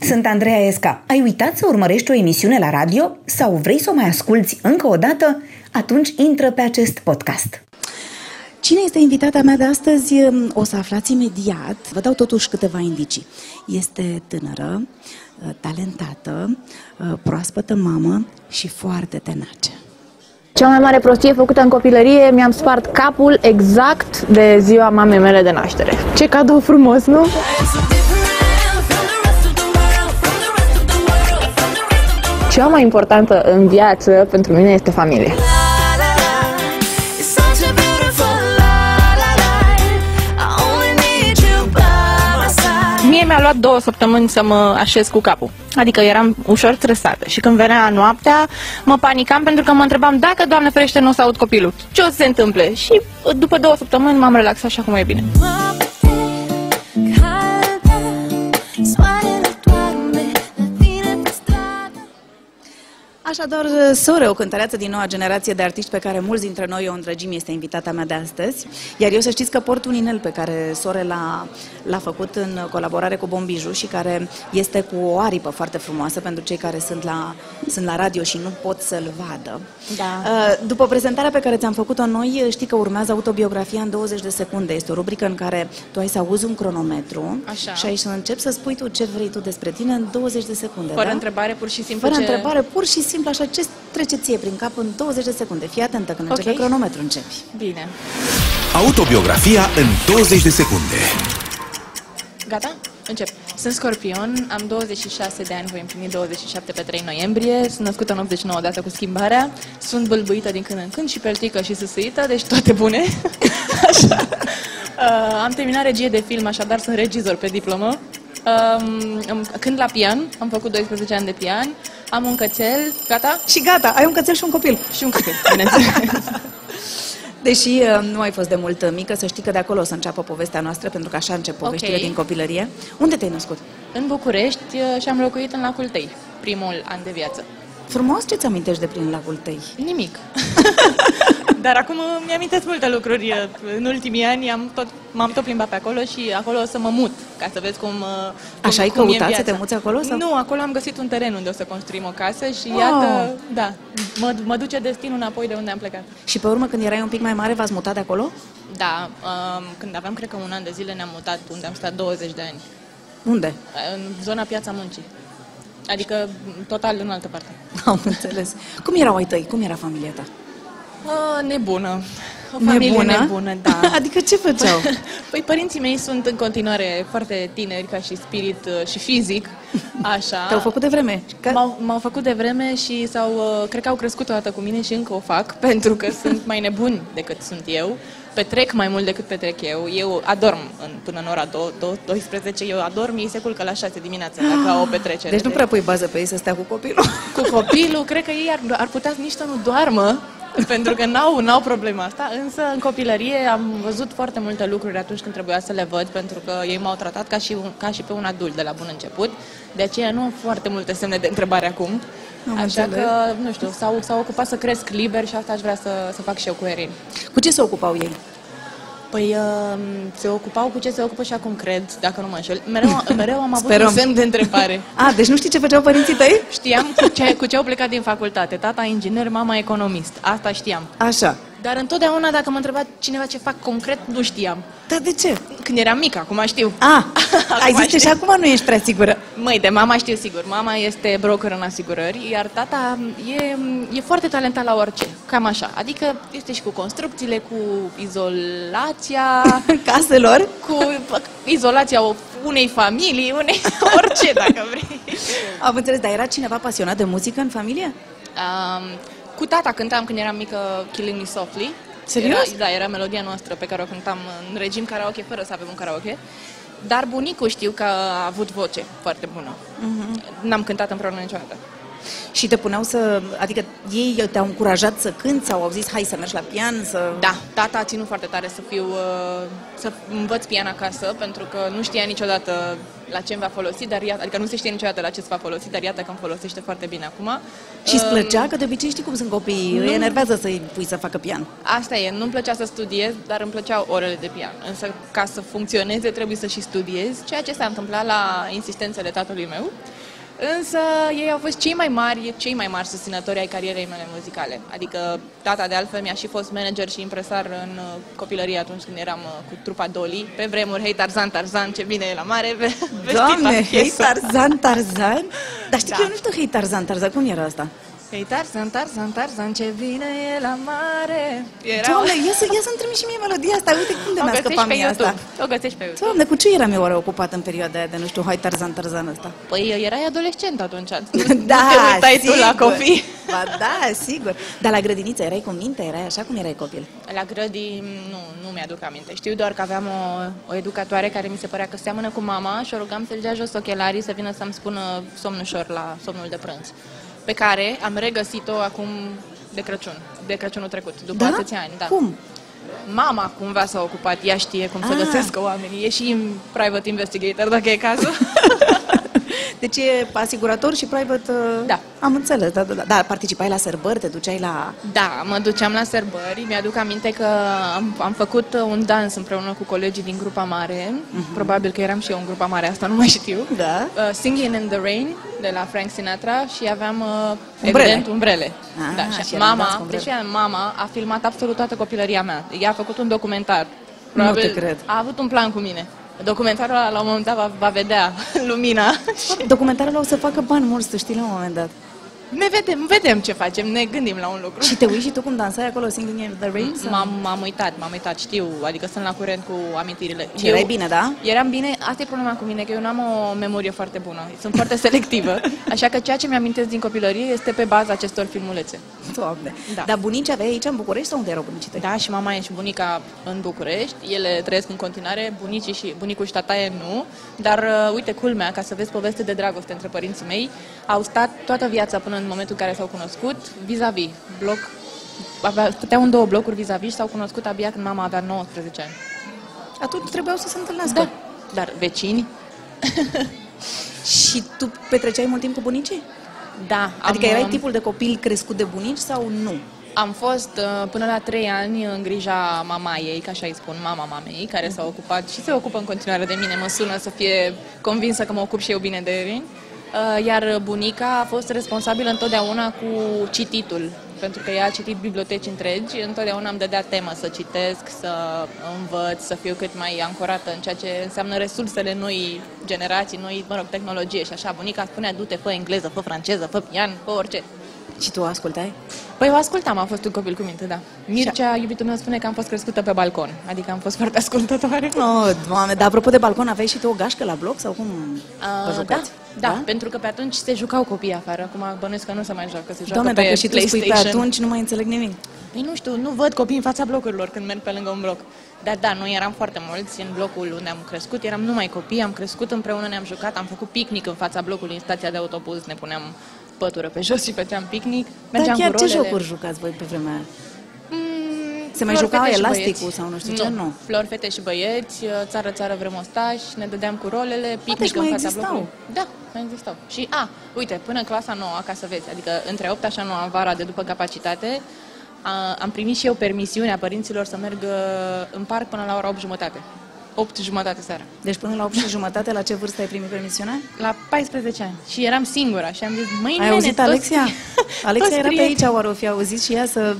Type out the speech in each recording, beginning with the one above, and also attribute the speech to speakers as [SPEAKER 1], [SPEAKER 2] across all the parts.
[SPEAKER 1] Sunt Andreea Esca. Ai uitat să urmărești o emisiune la radio sau vrei să o mai asculți încă o dată? Atunci intră pe acest podcast.
[SPEAKER 2] Cine este invitata mea de astăzi um, o să aflați imediat. Vă dau totuși câteva indicii. Este tânără, uh, talentată, uh, proaspătă mamă și foarte tenace.
[SPEAKER 3] Cea mai mare prostie făcută în copilărie, mi-am spart capul exact de ziua mamei mele de naștere. Ce cadou frumos, nu? Cea mai importantă în viață pentru mine este familie.
[SPEAKER 4] Mie mi-a luat două săptămâni să mă așez cu capul. Adică eram ușor stresată și când venea noaptea, mă panicam pentru că mă întrebam dacă, Doamne ferește, nu o să aud copilul. Ce o să se întâmple? Și după două săptămâni m-am relaxat și acum e bine.
[SPEAKER 2] Așadar, Sore, o cântăreață din noua generație de artiști pe care mulți dintre noi o îndrăgim, este invitata mea de astăzi. Iar eu să știți că port un inel pe care Sore l-a, l-a făcut în colaborare cu Bombiju și care este cu o aripă foarte frumoasă pentru cei care sunt la, sunt la radio și nu pot să-l vadă. Uh,
[SPEAKER 4] Da.
[SPEAKER 2] După prezentarea pe care ți-am făcut-o noi, știi că urmează autobiografia în 20 de secunde. Este o rubrică în care tu ai să auzi un cronometru
[SPEAKER 4] Așa.
[SPEAKER 2] și ai să începi să spui tu ce vrei tu despre tine în 20 de secunde.
[SPEAKER 4] Fără
[SPEAKER 2] da?
[SPEAKER 4] întrebare, pur și simplu.
[SPEAKER 2] Fără
[SPEAKER 4] ce-
[SPEAKER 2] întrebare, pur și simplu, așa, ce trece ție prin cap în 20 de secunde? Fii atentă, când
[SPEAKER 4] Ok.
[SPEAKER 2] începe cronometru, începi.
[SPEAKER 4] Bine.
[SPEAKER 5] Autobiografia în 20 de secunde.
[SPEAKER 4] Gata? Încep. Sunt scorpion, am 26 de ani, voi împlini 27 pe 3 noiembrie, sunt născută în 89 odată cu schimbarea, sunt bâlbâită din când în când și peltică și sâsâită, deci toate bune. Așa. Uh, am terminat regie de film, așadar sunt regizor pe diplomă. Um, îmi- cânt la pian, am făcut 12 ani de pian, am un cățel, gata?
[SPEAKER 2] Și gata, ai un cățel și un copil.
[SPEAKER 4] Și un cățel, bineînțeles.
[SPEAKER 2] Deși uh, nu ai fost de mult uh, mică, să știi că de acolo o să înceapă povestea noastră, pentru că așa încep poveștile din copilărie. Unde te-ai născut?
[SPEAKER 4] în București uh, și am locuit în lacul Tei, primul an de viață.
[SPEAKER 2] Frumos ce-ți amintești de prin lacul tăi?
[SPEAKER 4] Nimic. Dar acum îmi amintesc multe lucruri. În ultimii ani am tot, m-am tot plimbat pe acolo și acolo o să mă mut, ca să vezi cum, uh, cum
[SPEAKER 2] Așa ai
[SPEAKER 4] cum e
[SPEAKER 2] căutat să
[SPEAKER 4] viața.
[SPEAKER 2] te muți acolo sau?
[SPEAKER 4] Nu, acolo am găsit un teren unde o să construim o casă și
[SPEAKER 2] Wow.
[SPEAKER 4] iată, da, mă, mă duce destinul înapoi de unde am plecat.
[SPEAKER 2] Și pe urmă, când erai un pic mai mare, v-ați mutat de acolo?
[SPEAKER 4] Da, um, când aveam, cred că un an de zile, ne-am mutat unde am stat 20 de ani,
[SPEAKER 2] Unde?
[SPEAKER 4] în zona Piața Muncii. Adică, total, în altă parte.
[SPEAKER 2] Am înțeles. Cum erau ai tăi? Cum era familia ta?
[SPEAKER 4] A, Uh, nebună. O familie nebună, nebună da.
[SPEAKER 2] adică ce făceau?
[SPEAKER 4] Păi părinții mei sunt în continuare foarte tineri ca și spirit uh, și fizic, așa.
[SPEAKER 2] Te-au făcut de vreme? Că-
[SPEAKER 4] M-au, m-au făcut de vreme și s-au, uh, cred că au crescut o dată cu mine și încă o fac, pentru că sunt mai nebuni decât sunt eu, petrec mai mult decât petrec eu, eu adorm în, până în ora dou- dou- 12, eu adorm, ei se culcă la 6 dimineața dacă au o petrecere.
[SPEAKER 2] Deci nu prea pui bază pe ei să stea cu copilul.
[SPEAKER 4] Cu copilul, cred că ei ar, ar putea nici să nu doarmă, pentru că n-au, n-au problema asta, însă în copilărie am văzut foarte multe lucruri atunci când trebuia să le văd, pentru că ei m-au tratat ca și, un- ca și pe un adult de la bun început, de aceea nu am foarte multe semne de întrebare acum.
[SPEAKER 2] Am
[SPEAKER 4] Așa
[SPEAKER 2] înțeles.
[SPEAKER 4] că, nu știu, s-au, s-au ocupat să cresc liber și asta aș vrea să, să fac și eu cu Erin.
[SPEAKER 2] Cu ce se ocupau ei?
[SPEAKER 4] Păi um, se ocupau cu ce se ocupă și acum, cred, dacă nu mă înșel. Mereu, mereu am avut
[SPEAKER 2] Sperăm.
[SPEAKER 4] un semn de întrebare.
[SPEAKER 2] A, deci nu știi ce făceau părinții tăi?
[SPEAKER 4] Știam cu ce, cu ce au plecat din facultate. Tata inginer, mama economist. Asta știam.
[SPEAKER 2] Așa.
[SPEAKER 4] Dar întotdeauna dacă mă întreba cineva ce fac concret, nu știam.
[SPEAKER 2] Dar de ce?
[SPEAKER 4] Când eram mică, acum știu.
[SPEAKER 2] A, Ah, ai zis că
[SPEAKER 4] știu.
[SPEAKER 2] și acum nu ești prea sigură.
[SPEAKER 4] Măi, de mama știu sigur. Mama este broker în asigurări, iar tata e, e foarte talentat la orice. Cam așa. Adică este și cu construcțiile, cu izolația,
[SPEAKER 2] Caselor?
[SPEAKER 4] cu izolația unei familii, unei orice, dacă vrei.
[SPEAKER 2] Am înțeles, dar era cineva pasionat de muzică în familie?
[SPEAKER 4] Um, cu tata cântam când eram mică Killing Me Softly.
[SPEAKER 2] Serios?
[SPEAKER 4] Era, da, era melodia noastră pe care o cântam în regim karaoke, fără să avem un karaoke. Dar bunicul știu că a avut voce foarte bună. N-am cântat împreună niciodată.
[SPEAKER 2] Și te puneau să... Adică ei te-au încurajat să cânti sau au zis hai să mergi la pian, să...
[SPEAKER 4] Da, tata a ținut foarte tare să fiu, uh, să învăț pian acasă, pentru că nu știa niciodată la ce îmi va folosi, dar iată, adică nu se știe niciodată la ce se va folosi, dar iată că îmi folosește foarte bine acum.
[SPEAKER 2] Și îți
[SPEAKER 4] Um,
[SPEAKER 2] plăcea? Că de obicei știi cum sunt copiii, îi enervează să-i pui să facă pian.
[SPEAKER 4] Asta e, nu-mi plăcea să studiez, dar îmi plăceau orele de pian. Însă, ca să funcționeze, trebuie să și studiez, ceea ce s-a întâmplat la insistențele tatălui meu. Însă ei au fost cei mai mari, cei mai mari susținători ai carierei mele muzicale. Adică tata de altfel mi-a și fost manager și impresar în uh, copilărie atunci când eram uh, cu trupa Dolly. Pe vremuri, hei Tarzan, Tarzan, ce bine e la mare. Pe, pe
[SPEAKER 2] Doamne,
[SPEAKER 4] știți
[SPEAKER 2] hei
[SPEAKER 4] piesa.
[SPEAKER 2] Tarzan, Tarzan? Dar știi
[SPEAKER 4] Da.
[SPEAKER 2] că eu nu știu hei Tarzan, Tarzan, cum era asta?
[SPEAKER 4] Hei Tarzan, Tarzan, Tarzan, ce bine e la mare. Era...
[SPEAKER 2] Doamne, ia, să, ia să-mi trimis și mie melodia asta, uite cum de
[SPEAKER 4] o
[SPEAKER 2] mi-a
[SPEAKER 4] găsești
[SPEAKER 2] scăpat
[SPEAKER 4] pe
[SPEAKER 2] mie
[SPEAKER 4] YouTube.
[SPEAKER 2] asta.
[SPEAKER 4] O găsești pe YouTube.
[SPEAKER 2] Doamne, cu ce eram eu oare ocupat în perioada aia de, nu știu, hai Tarzan, Tarzan ăsta?
[SPEAKER 4] Păi erai adolescent atunci. Nu te uitai tu la
[SPEAKER 2] Da, sigur.
[SPEAKER 4] copii.
[SPEAKER 2] Ba da, sigur. Dar la grădiniță erai cu minte, erai așa cum erai copil.
[SPEAKER 4] La grădii nu, nu mi-aduc aminte. Știu doar că aveam o, o educatoare care mi se părea că seamănă cu mama și o rugam să-l dea jos ochelarii să vină să-mi spună somn ușor la somnul de prânz. Pe care am regăsit-o acum de Crăciun, de Crăciunul trecut, după atâția ani. Da.
[SPEAKER 2] Cum?
[SPEAKER 4] Mama cumva s-a ocupat, ea știe cum să
[SPEAKER 2] Ah.
[SPEAKER 4] găsească oamenii. E și private investigator, dacă e cazul.
[SPEAKER 2] Deci e asigurator și private... uh,
[SPEAKER 4] Da.
[SPEAKER 2] Am înțeles, da, da, da. Dar participai la sărbări, te duceai la...
[SPEAKER 4] Da, mă duceam la sărbări, mi-aduc aminte că am, am făcut uh, un dans împreună cu colegii din grupa mare, probabil că eram și eu în grupa mare, asta nu mai știu.
[SPEAKER 2] Mhm. Da.
[SPEAKER 4] Uh, Singing in the Rain de la Frank Sinatra și aveam uh,
[SPEAKER 2] Umbrele.
[SPEAKER 4] evident umbrele.
[SPEAKER 2] Ah,
[SPEAKER 4] da, și,
[SPEAKER 2] și era un dans cu
[SPEAKER 4] mama,
[SPEAKER 2] umbrele.
[SPEAKER 4] deci ea, mama a filmat absolut toată copilăria mea. Ea a făcut un documentar.
[SPEAKER 2] Nu te cred.
[SPEAKER 4] A avut un plan cu mine. Documentarul ăla, la un moment dat va, va vedea lumina și
[SPEAKER 2] Documentarele o să facă bani mulți, să știi, la un moment dat.
[SPEAKER 4] ne vedem, vedem ce facem, ne gândim la un lucru.
[SPEAKER 2] Și te uiți și tu cum dansai acolo, Singing in the Rain? sau-
[SPEAKER 4] M-am, m-am uitat, m-am uitat, știu, adică sunt la curent cu amintirile.
[SPEAKER 2] Și erai bine, da?
[SPEAKER 4] Eram bine, asta e problema cu mine, că eu nu am o memorie foarte bună, sunt foarte selectivă, așa că ceea ce mi-amintesc din copilărie este pe baza acestor filmulețe.
[SPEAKER 2] Doamne.
[SPEAKER 4] Da.
[SPEAKER 2] Dar bunici aveai aici în București sau unde erau bunicii tăi?
[SPEAKER 4] Da, și mama e și bunica în București, ele trăiesc în continuare, bunicii și bunicul și tataie nu, dar uh, uite, culmea, ca să vezi poveste de dragoste între părinții mei, au stat toată viața până în momentul în care s-au cunoscut, vis-a-vis, bloc, avea, stăteau în două blocuri vis-a-vis și s-au cunoscut abia când mama avea 19 ani.
[SPEAKER 2] Atunci trebuiau să se întâlnească.
[SPEAKER 4] Da, dar vecini?
[SPEAKER 2] Și tu petreceai mult timp cu bunicii?
[SPEAKER 4] Da.
[SPEAKER 2] Adică erai
[SPEAKER 4] tipul
[SPEAKER 2] tipul de copil crescut de bunici sau nu?
[SPEAKER 4] Am fost uh, până la trei ani în grija mama ei, ca așa îi spun, mama mamei, care s-a ocupat și se ocupă în continuare de mine, mă sună să fie convinsă că mă ocup și eu bine de Erin. Uh, Iar bunica a fost responsabilă întotdeauna cu cititul, pentru că ea a citit biblioteci întregi, întotdeauna îmi dădea temă să citesc, să învăț, să fiu cât mai ancorată în ceea ce înseamnă resursele noi generații, noi, mă rog, tehnologie și așa. Bunica spunea, du-te, fă engleză, fă franceză, fă pian, fă orice.
[SPEAKER 2] Și tu o ascultai?
[SPEAKER 4] Păi o ascultam, am fost un copil cu minte, da. Mircea, iubitul meu, spune că am fost crescută pe balcon, adică am fost foarte ascultătoare.
[SPEAKER 2] Oh, doamne, dar apropo de balcon, aveai și tu o gașcă la bloc sau cum vă
[SPEAKER 4] Uh, da,
[SPEAKER 2] jucați?
[SPEAKER 4] da, da, pentru că pe atunci se jucau copiii afară, acum bănuiesc că nu se mai joacă, se joacă
[SPEAKER 2] Doamne,
[SPEAKER 4] pe
[SPEAKER 2] dacă și tu spui pe
[SPEAKER 4] PlayStation.
[SPEAKER 2] atunci, nu mai înțeleg nimic.
[SPEAKER 4] Păi nu știu, nu văd copii în fața blocurilor când merg pe lângă un bloc. Dar da, noi eram foarte mulți în blocul unde am crescut, eram numai copii, am crescut împreună, ne-am jucat, am făcut picnic în fața blocului, în stația de autobuz, ne puneam pătură pe jos și făceam picnic.
[SPEAKER 2] Dar
[SPEAKER 4] Mergeam
[SPEAKER 2] chiar
[SPEAKER 4] cu
[SPEAKER 2] ce
[SPEAKER 4] rolele.
[SPEAKER 2] jocuri jucați voi pe vremea aia?
[SPEAKER 4] Mm,
[SPEAKER 2] Se mai
[SPEAKER 4] flori,
[SPEAKER 2] juca
[SPEAKER 4] fete și
[SPEAKER 2] elasticul
[SPEAKER 4] băieți.
[SPEAKER 2] sau nu știu ce? Nu.
[SPEAKER 4] Flori, fete și băieți, uh, țară, țară, vrem ostași, ne dădeam cu rolele, picnic
[SPEAKER 2] Ah, deci mai
[SPEAKER 4] în fața
[SPEAKER 2] existau.
[SPEAKER 4] blocului. Da, mai existau. Și, a, uite, până în clasa 9, ca să vezi, adică între 8 și 9 vara de după capacitate, a, am primit și eu permisiunea părinților să merg uh, în parc până la ora 8 jumătate. 8 jumătate seara.
[SPEAKER 2] Deci până la 8 și jumătate, la ce vârstă ai primit permisiunea?
[SPEAKER 4] La 14 ani. Și eram singura și am zis, măi,
[SPEAKER 2] Ai
[SPEAKER 4] nene,
[SPEAKER 2] auzit
[SPEAKER 4] toți-
[SPEAKER 2] Alexia? Alexia
[SPEAKER 4] toți
[SPEAKER 2] era pe
[SPEAKER 4] prieteni-
[SPEAKER 2] aici, oare o fi auzit și ea să...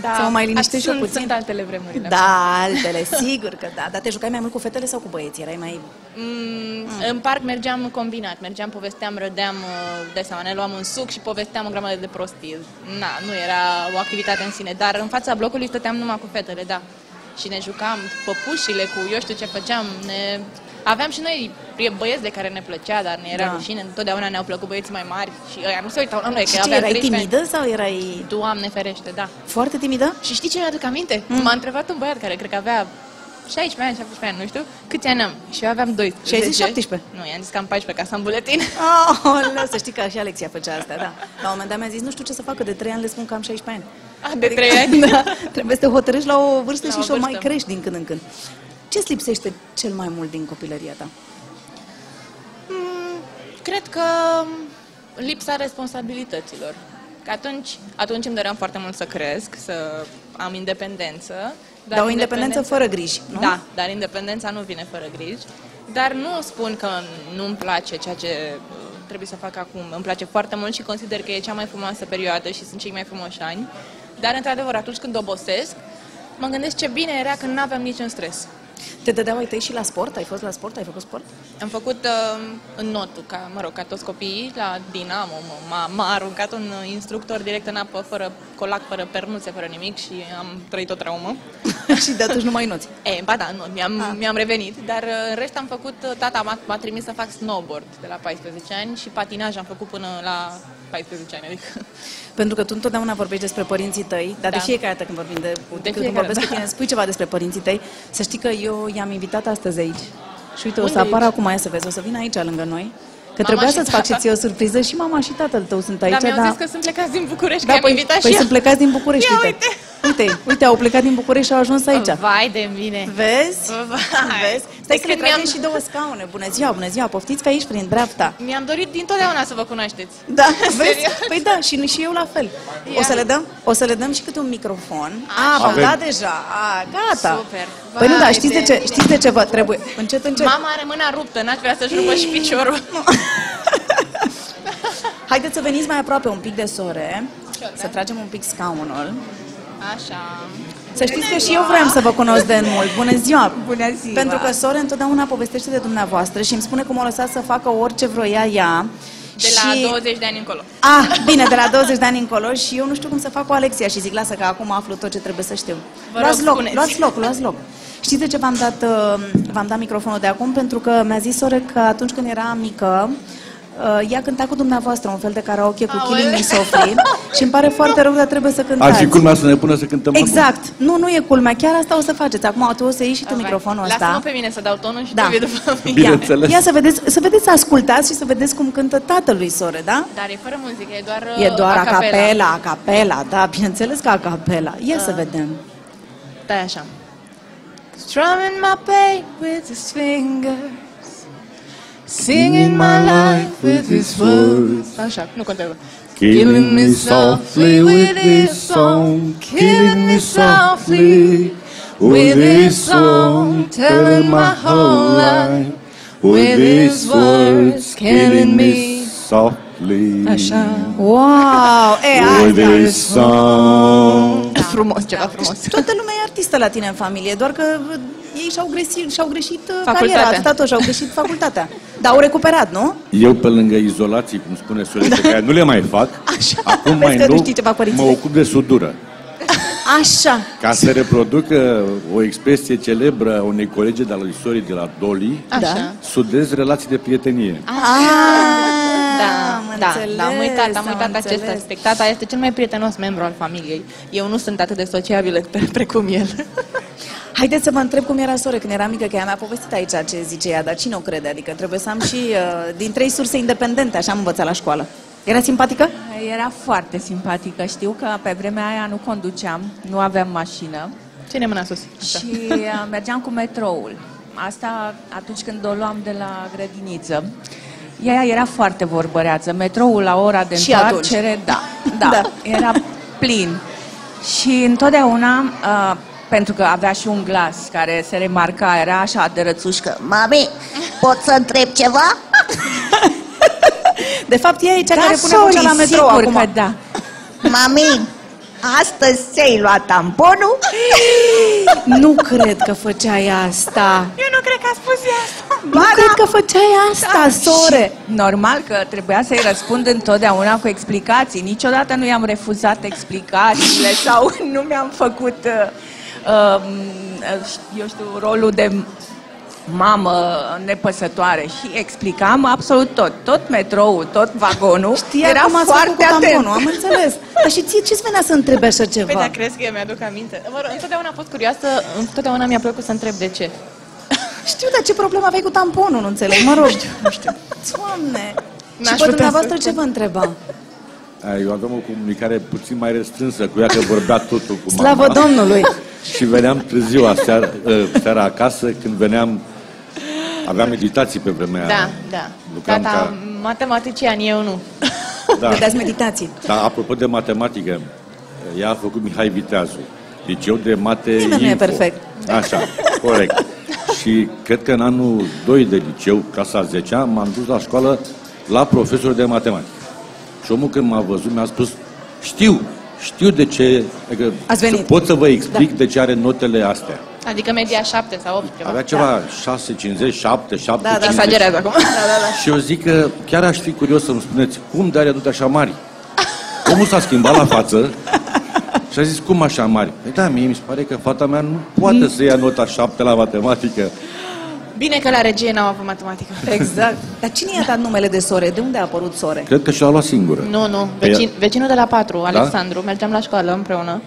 [SPEAKER 4] Da,
[SPEAKER 2] să o mai
[SPEAKER 4] a-
[SPEAKER 2] liniștești și
[SPEAKER 4] sunt-
[SPEAKER 2] puțin?
[SPEAKER 4] Sunt altele vremurile.
[SPEAKER 2] Da, altele, sigur că da. Dar te jucai mai mult cu fetele sau cu băieții? Erai mai...
[SPEAKER 4] Mm, În parc mergeam combinat, mergeam, povesteam, râdeam uh, de seama, ne luam un suc și povesteam o grămadă de prostii. Na, nu era o activitate în sine, dar în fața blocului stăteam numai cu fetele, da. Și ne jucam păpușile cu eu știu ce făceam, ne... Aveam și noi prie- băieți de care ne plăcea, dar ne era
[SPEAKER 2] Da.
[SPEAKER 4] rușine, întotdeauna ne-au plăcut băieții mai mari și ăia nu se uitau la noi, că
[SPEAKER 2] Și ce,
[SPEAKER 4] aveam
[SPEAKER 2] erai
[SPEAKER 4] 13 ani.
[SPEAKER 2] timidă sau erai
[SPEAKER 4] Doamne ferește, da.
[SPEAKER 2] foarte timidă?
[SPEAKER 4] Și știi ce mi-aduc aminte?
[SPEAKER 2] Mm.
[SPEAKER 4] M-a întrebat un băiat care cred că avea 16 ani, 17 ani, nu știu, câți ani am. Și eu aveam 12.
[SPEAKER 2] Și ai zis 17?
[SPEAKER 4] Nu, i-am zis că am 14, ca să am buletin.
[SPEAKER 2] Oh, să știi că și Alexia făcea asta, da. La un moment dat mi-a zis, nu știu ce să facă, de 3 ani le spun că am 16 ani.
[SPEAKER 4] A, de 3 ani.
[SPEAKER 2] Da, trebuie să te hotărăști la o vârstă
[SPEAKER 4] La
[SPEAKER 2] și
[SPEAKER 4] o
[SPEAKER 2] să o mai
[SPEAKER 4] vârstă.
[SPEAKER 2] crești din când în când. Ce-ți lipsește cel mai mult din copilăria ta?
[SPEAKER 4] Mm, Cred că um, lipsa responsabilităților. Că atunci, atunci îmi doream foarte mult să cresc, să am independență.
[SPEAKER 2] Dar, o independență fără griji, nu?
[SPEAKER 4] Da, dar independența nu vine fără griji. Dar nu spun că nu-mi place ceea ce uh, trebuie să fac acum. Îmi place foarte mult și consider că e cea mai frumoasă perioadă și sunt cei mai frumoși ani. Dar, într-adevăr, atunci când obosesc, mă gândesc ce bine era când nu aveam niciun stres.
[SPEAKER 2] Te dădeau ai tăi și la sport? Ai fost la sport? Ai făcut sport?
[SPEAKER 4] Am făcut uh, în notul, ca, mă rog, ca toți copiii, la Dinamo, mă- m-a, m-a aruncat un uh, instructor direct în apă, fără colac, fără pernuțe, fără nimic și am trăit o traumă.
[SPEAKER 2] și de atunci nu mai noți.
[SPEAKER 4] E, ba da, nu,
[SPEAKER 2] Ah.
[SPEAKER 4] mi-am, mi-am revenit, dar uh, în rest am făcut, uh, tata m-a, m-a trimis să fac snowboard de la 14 ani și patinaj am făcut până la 14 ani, adică
[SPEAKER 2] Pentru că tu întotdeauna vorbești despre părinții tăi, dar de
[SPEAKER 4] Da.
[SPEAKER 2] fiecare dată când vorbim de, când
[SPEAKER 4] fiecare,
[SPEAKER 2] vorbesc cu
[SPEAKER 4] da.
[SPEAKER 2] tine, spui ceva despre părinții tăi, să știi că eu i-am invitat astăzi aici. Și uite, o
[SPEAKER 4] Unde
[SPEAKER 2] să apară
[SPEAKER 4] aici?
[SPEAKER 2] acum aia să vezi, o să vină aici lângă noi. Că
[SPEAKER 4] Mama
[SPEAKER 2] trebuia
[SPEAKER 4] și
[SPEAKER 2] să-ți
[SPEAKER 4] tata.
[SPEAKER 2] fac și ție o surpriză și mama și tatăl tău sunt aici.
[SPEAKER 4] dar mi-au zis că sunt plecați din București,
[SPEAKER 2] Păi da,
[SPEAKER 4] că
[SPEAKER 2] păi,
[SPEAKER 4] am invitat
[SPEAKER 2] păi
[SPEAKER 4] și
[SPEAKER 2] sunt
[SPEAKER 4] eu.
[SPEAKER 2] plecați din București,
[SPEAKER 4] Ia Oh,
[SPEAKER 2] uite. Uite, uite, au plecat din București și au ajuns aici.
[SPEAKER 4] Vai de mine!
[SPEAKER 2] Vezi?
[SPEAKER 4] Vai.
[SPEAKER 2] Vezi? Stai
[SPEAKER 4] De
[SPEAKER 2] să le
[SPEAKER 4] când mi-am-
[SPEAKER 2] tragem și două scaune. Bună ziua, bună ziua, poftiți pe aici prin dreapta.
[SPEAKER 4] Mi-am dorit dintotdeauna să vă cunoașteți.
[SPEAKER 2] Da, vezi? Păi da, și, și eu la fel. O să le dăm, o să le dăm și câte un microfon. A, v-am
[SPEAKER 6] Avem.
[SPEAKER 2] dat deja. A, gata.
[SPEAKER 4] Super.
[SPEAKER 2] Păi nu, da,
[SPEAKER 4] Vai
[SPEAKER 2] știți de
[SPEAKER 4] de
[SPEAKER 2] ce,
[SPEAKER 4] mine.
[SPEAKER 2] știți de ce vă trebuie? Încet, încet.
[SPEAKER 4] Mama are mâna ruptă, n-aș vrea să-și rupă și piciorul.
[SPEAKER 2] Haideți să veniți mai aproape un pic de sore. Să tragem un pic scaunul.
[SPEAKER 4] Așa.
[SPEAKER 2] Să știți că și eu vreau să vă cunosc de mult. Bună ziua!
[SPEAKER 7] Bună ziua!
[SPEAKER 2] Pentru că sora întotdeauna povestește de dumneavoastră și îmi spune că m-a lăsat să facă orice vroia ea.
[SPEAKER 4] De la
[SPEAKER 2] și...
[SPEAKER 4] 20 de ani încolo.
[SPEAKER 2] Ah, bine, de la 20 de ani încolo și eu nu știu cum să fac cu Alexia și zic, lasă că acum aflu tot ce trebuie să știu.
[SPEAKER 4] Vă
[SPEAKER 2] luați
[SPEAKER 4] rog,
[SPEAKER 2] loc,
[SPEAKER 4] spuneți.
[SPEAKER 2] luați loc, luați loc. Știți de ce v-am dat, uh, v-am dat microfonul de acum? Pentru că mi-a zis sora că atunci când era mică, uh, ea cânta cu dumneavoastră un fel de karaoke cu
[SPEAKER 4] Aoleu.
[SPEAKER 2] Killing Me Softly și îmi pare foarte rău, dar trebuie să cântați.
[SPEAKER 6] Ar fi culmea să ne pună să cântăm acum.
[SPEAKER 2] Exact. Nu, nu e culmea. Chiar asta o să faceți. Acum tu o să iei și tu
[SPEAKER 4] Vai.
[SPEAKER 2] microfonul
[SPEAKER 4] Lasă-mă
[SPEAKER 2] ăsta.
[SPEAKER 4] pe mine să dau tonul și
[SPEAKER 2] Da.
[SPEAKER 4] da. te vii după mine.
[SPEAKER 6] Bineînțeles.
[SPEAKER 2] Ia să vedeți, să vedeți, să ascultați și să vedeți cum cântă tatălui sore, da?
[SPEAKER 4] Dar e fără muzică, e doar uh,
[SPEAKER 2] E doar
[SPEAKER 4] a capela.
[SPEAKER 2] acapela, acapela, da, bineînțeles că acapela. Ia să vedem.
[SPEAKER 4] Stai așa. Strumming my pain with his fingers Singing my life with his words Așa, nu contează.
[SPEAKER 6] Killing me softly with his song, killing me softly with his song, telling my whole life with his words, killing me softly
[SPEAKER 4] Așa.
[SPEAKER 2] Wow! E,
[SPEAKER 6] with
[SPEAKER 2] asta.
[SPEAKER 6] his song.
[SPEAKER 4] Da. Frumos, ceva frumos.
[SPEAKER 2] Toată lumea e artistă la tine în familie, doar că uh, ei și-au greșit, și-au greșit uh,
[SPEAKER 4] Facultatea.
[SPEAKER 2] cariera, atâta tot, și-au greșit facultatea. Dar au recuperat, nu?
[SPEAKER 6] Eu pe lângă izolații, cum spune Sorin, pe care nu le mai fac,
[SPEAKER 2] Așa.
[SPEAKER 6] acum
[SPEAKER 2] Vezi
[SPEAKER 6] mai
[SPEAKER 2] că nu
[SPEAKER 6] nou
[SPEAKER 2] știi ce fac
[SPEAKER 6] mă
[SPEAKER 2] părinții tăi.
[SPEAKER 6] ocup de sudură.
[SPEAKER 2] Așa.
[SPEAKER 6] Ca să reproducă o expresie celebră a unei colege de-a lui Sori de la Doli,
[SPEAKER 4] Așa.
[SPEAKER 2] Da.
[SPEAKER 6] sudez relații de prietenie.
[SPEAKER 2] Ah,
[SPEAKER 4] Da,
[SPEAKER 2] Da,
[SPEAKER 4] da, l-am uitat, am uitat acest aspect. Tata este cel mai prietenos membru al familiei. Eu nu sunt atât de sociabilă pe- precum el.
[SPEAKER 2] Haideți să vă întreb cum era sore când era mică, că ea mi-a povestit aici ce zice ea, dar cine o crede? Adică trebuie să am și uh, din trei surse independente, așa am învățat la școală. Era simpatică?
[SPEAKER 7] Era foarte simpatică. Știu că pe vremea aia nu conduceam, nu aveam mașină
[SPEAKER 4] Ține mâna sus. Așa.
[SPEAKER 7] și uh, mergeam cu metroul. Asta atunci când o luam de la grădiniță. Ea era foarte vorbăreață. Metroul la ora de
[SPEAKER 2] Și atunci.
[SPEAKER 7] întoarcere, da, da,
[SPEAKER 2] Da.
[SPEAKER 7] da, era plin. Și întotdeauna, uh, pentru că avea și un glas care se remarca, era așa de rățușcă,
[SPEAKER 8] Mami, pot să întreb ceva?
[SPEAKER 2] De fapt, ea e cea
[SPEAKER 7] Da,
[SPEAKER 2] care pune
[SPEAKER 7] Soli,
[SPEAKER 2] vocea la metrou
[SPEAKER 7] sigur
[SPEAKER 2] acum.
[SPEAKER 7] că da.
[SPEAKER 8] Mami, astăzi ți-ai luat tamponul?
[SPEAKER 2] Nu cred că făceai asta.
[SPEAKER 7] Eu nu cred că a spus asta. da.
[SPEAKER 2] nu cred că făceai asta, sore.
[SPEAKER 7] Normal că trebuia să-i răspund întotdeauna cu explicații. Niciodată nu i-am refuzat explicațiile sau nu mi-am făcut, uh, um, uh, eu știu, rolul de mamă nepăsătoare și explicam absolut tot, tot metroul, tot vagonul.
[SPEAKER 2] Știa
[SPEAKER 7] era
[SPEAKER 2] cum ați
[SPEAKER 7] foarte
[SPEAKER 2] făcut cu
[SPEAKER 7] atent.
[SPEAKER 2] tamponul, am înțeles. Dar și ție ce-ți venea să întrebi așa ceva?
[SPEAKER 4] Păi da, crezi că eu mi-aduc aminte. Mă rog, întotdeauna am fost curioasă, întotdeauna mi-a plăcut să întreb de ce.
[SPEAKER 2] Știu, dar ce problemă aveai cu tamponul, nu înțeleg, mă rog. Nu știu, nu știu. Doamne!
[SPEAKER 4] N-aș
[SPEAKER 2] Și pe
[SPEAKER 4] putea
[SPEAKER 2] dumneavoastră
[SPEAKER 4] să
[SPEAKER 2] ce vă întreba?
[SPEAKER 6] A, Eu aveam o comunicare puțin mai restrânsă cu ea, că vorbea totul cu mama.
[SPEAKER 2] Slavă Domnului!
[SPEAKER 6] Și veneam târziu seara, ă, seara acasă, când veneam, aveam meditații pe vremea
[SPEAKER 4] Da,
[SPEAKER 6] aia.
[SPEAKER 4] da.
[SPEAKER 6] Lucram
[SPEAKER 4] Tata,
[SPEAKER 6] ca-
[SPEAKER 4] matematician, eu nu.
[SPEAKER 6] Da.
[SPEAKER 2] Vedeați meditații.
[SPEAKER 6] Dar apropo de matematică, ea a făcut Mihai Viteazu, liceu de mate
[SPEAKER 2] Nimeni nu e
[SPEAKER 6] info.
[SPEAKER 2] perfect.
[SPEAKER 6] Așa, corect. Și cred că în anul 2 de liceu, clasa 10 m-am dus la școală la profesor de matematică. Și omul când m-a văzut mi-a spus, știu, știu de ce, adică,
[SPEAKER 2] Ați venit."
[SPEAKER 6] pot să vă explic da. de ce are notele astea.
[SPEAKER 4] Adică media 7 sau 8 ceva.
[SPEAKER 6] Avea ceva da. 6, 50, 7, 7,
[SPEAKER 4] Da, da, exagerează acum.
[SPEAKER 6] Și eu zic că chiar aș fi curios să-mi spuneți cum de are adut așa mari. Omul s-a schimbat la față și a zis, cum așa mari? Păi da, mie mi se pare că fata mea nu poate să ia nota 7 la matematică.
[SPEAKER 4] Bine că la regie n-am avut matematică.
[SPEAKER 2] Exact. Dar cine i-a dat numele de sore? De unde a apărut sore?
[SPEAKER 6] Cred că și-a luat singură.
[SPEAKER 4] Nu, nu.
[SPEAKER 6] Păi,
[SPEAKER 4] Vecin, vecinul de la 4, Alexandru, mergeam la școală împreună.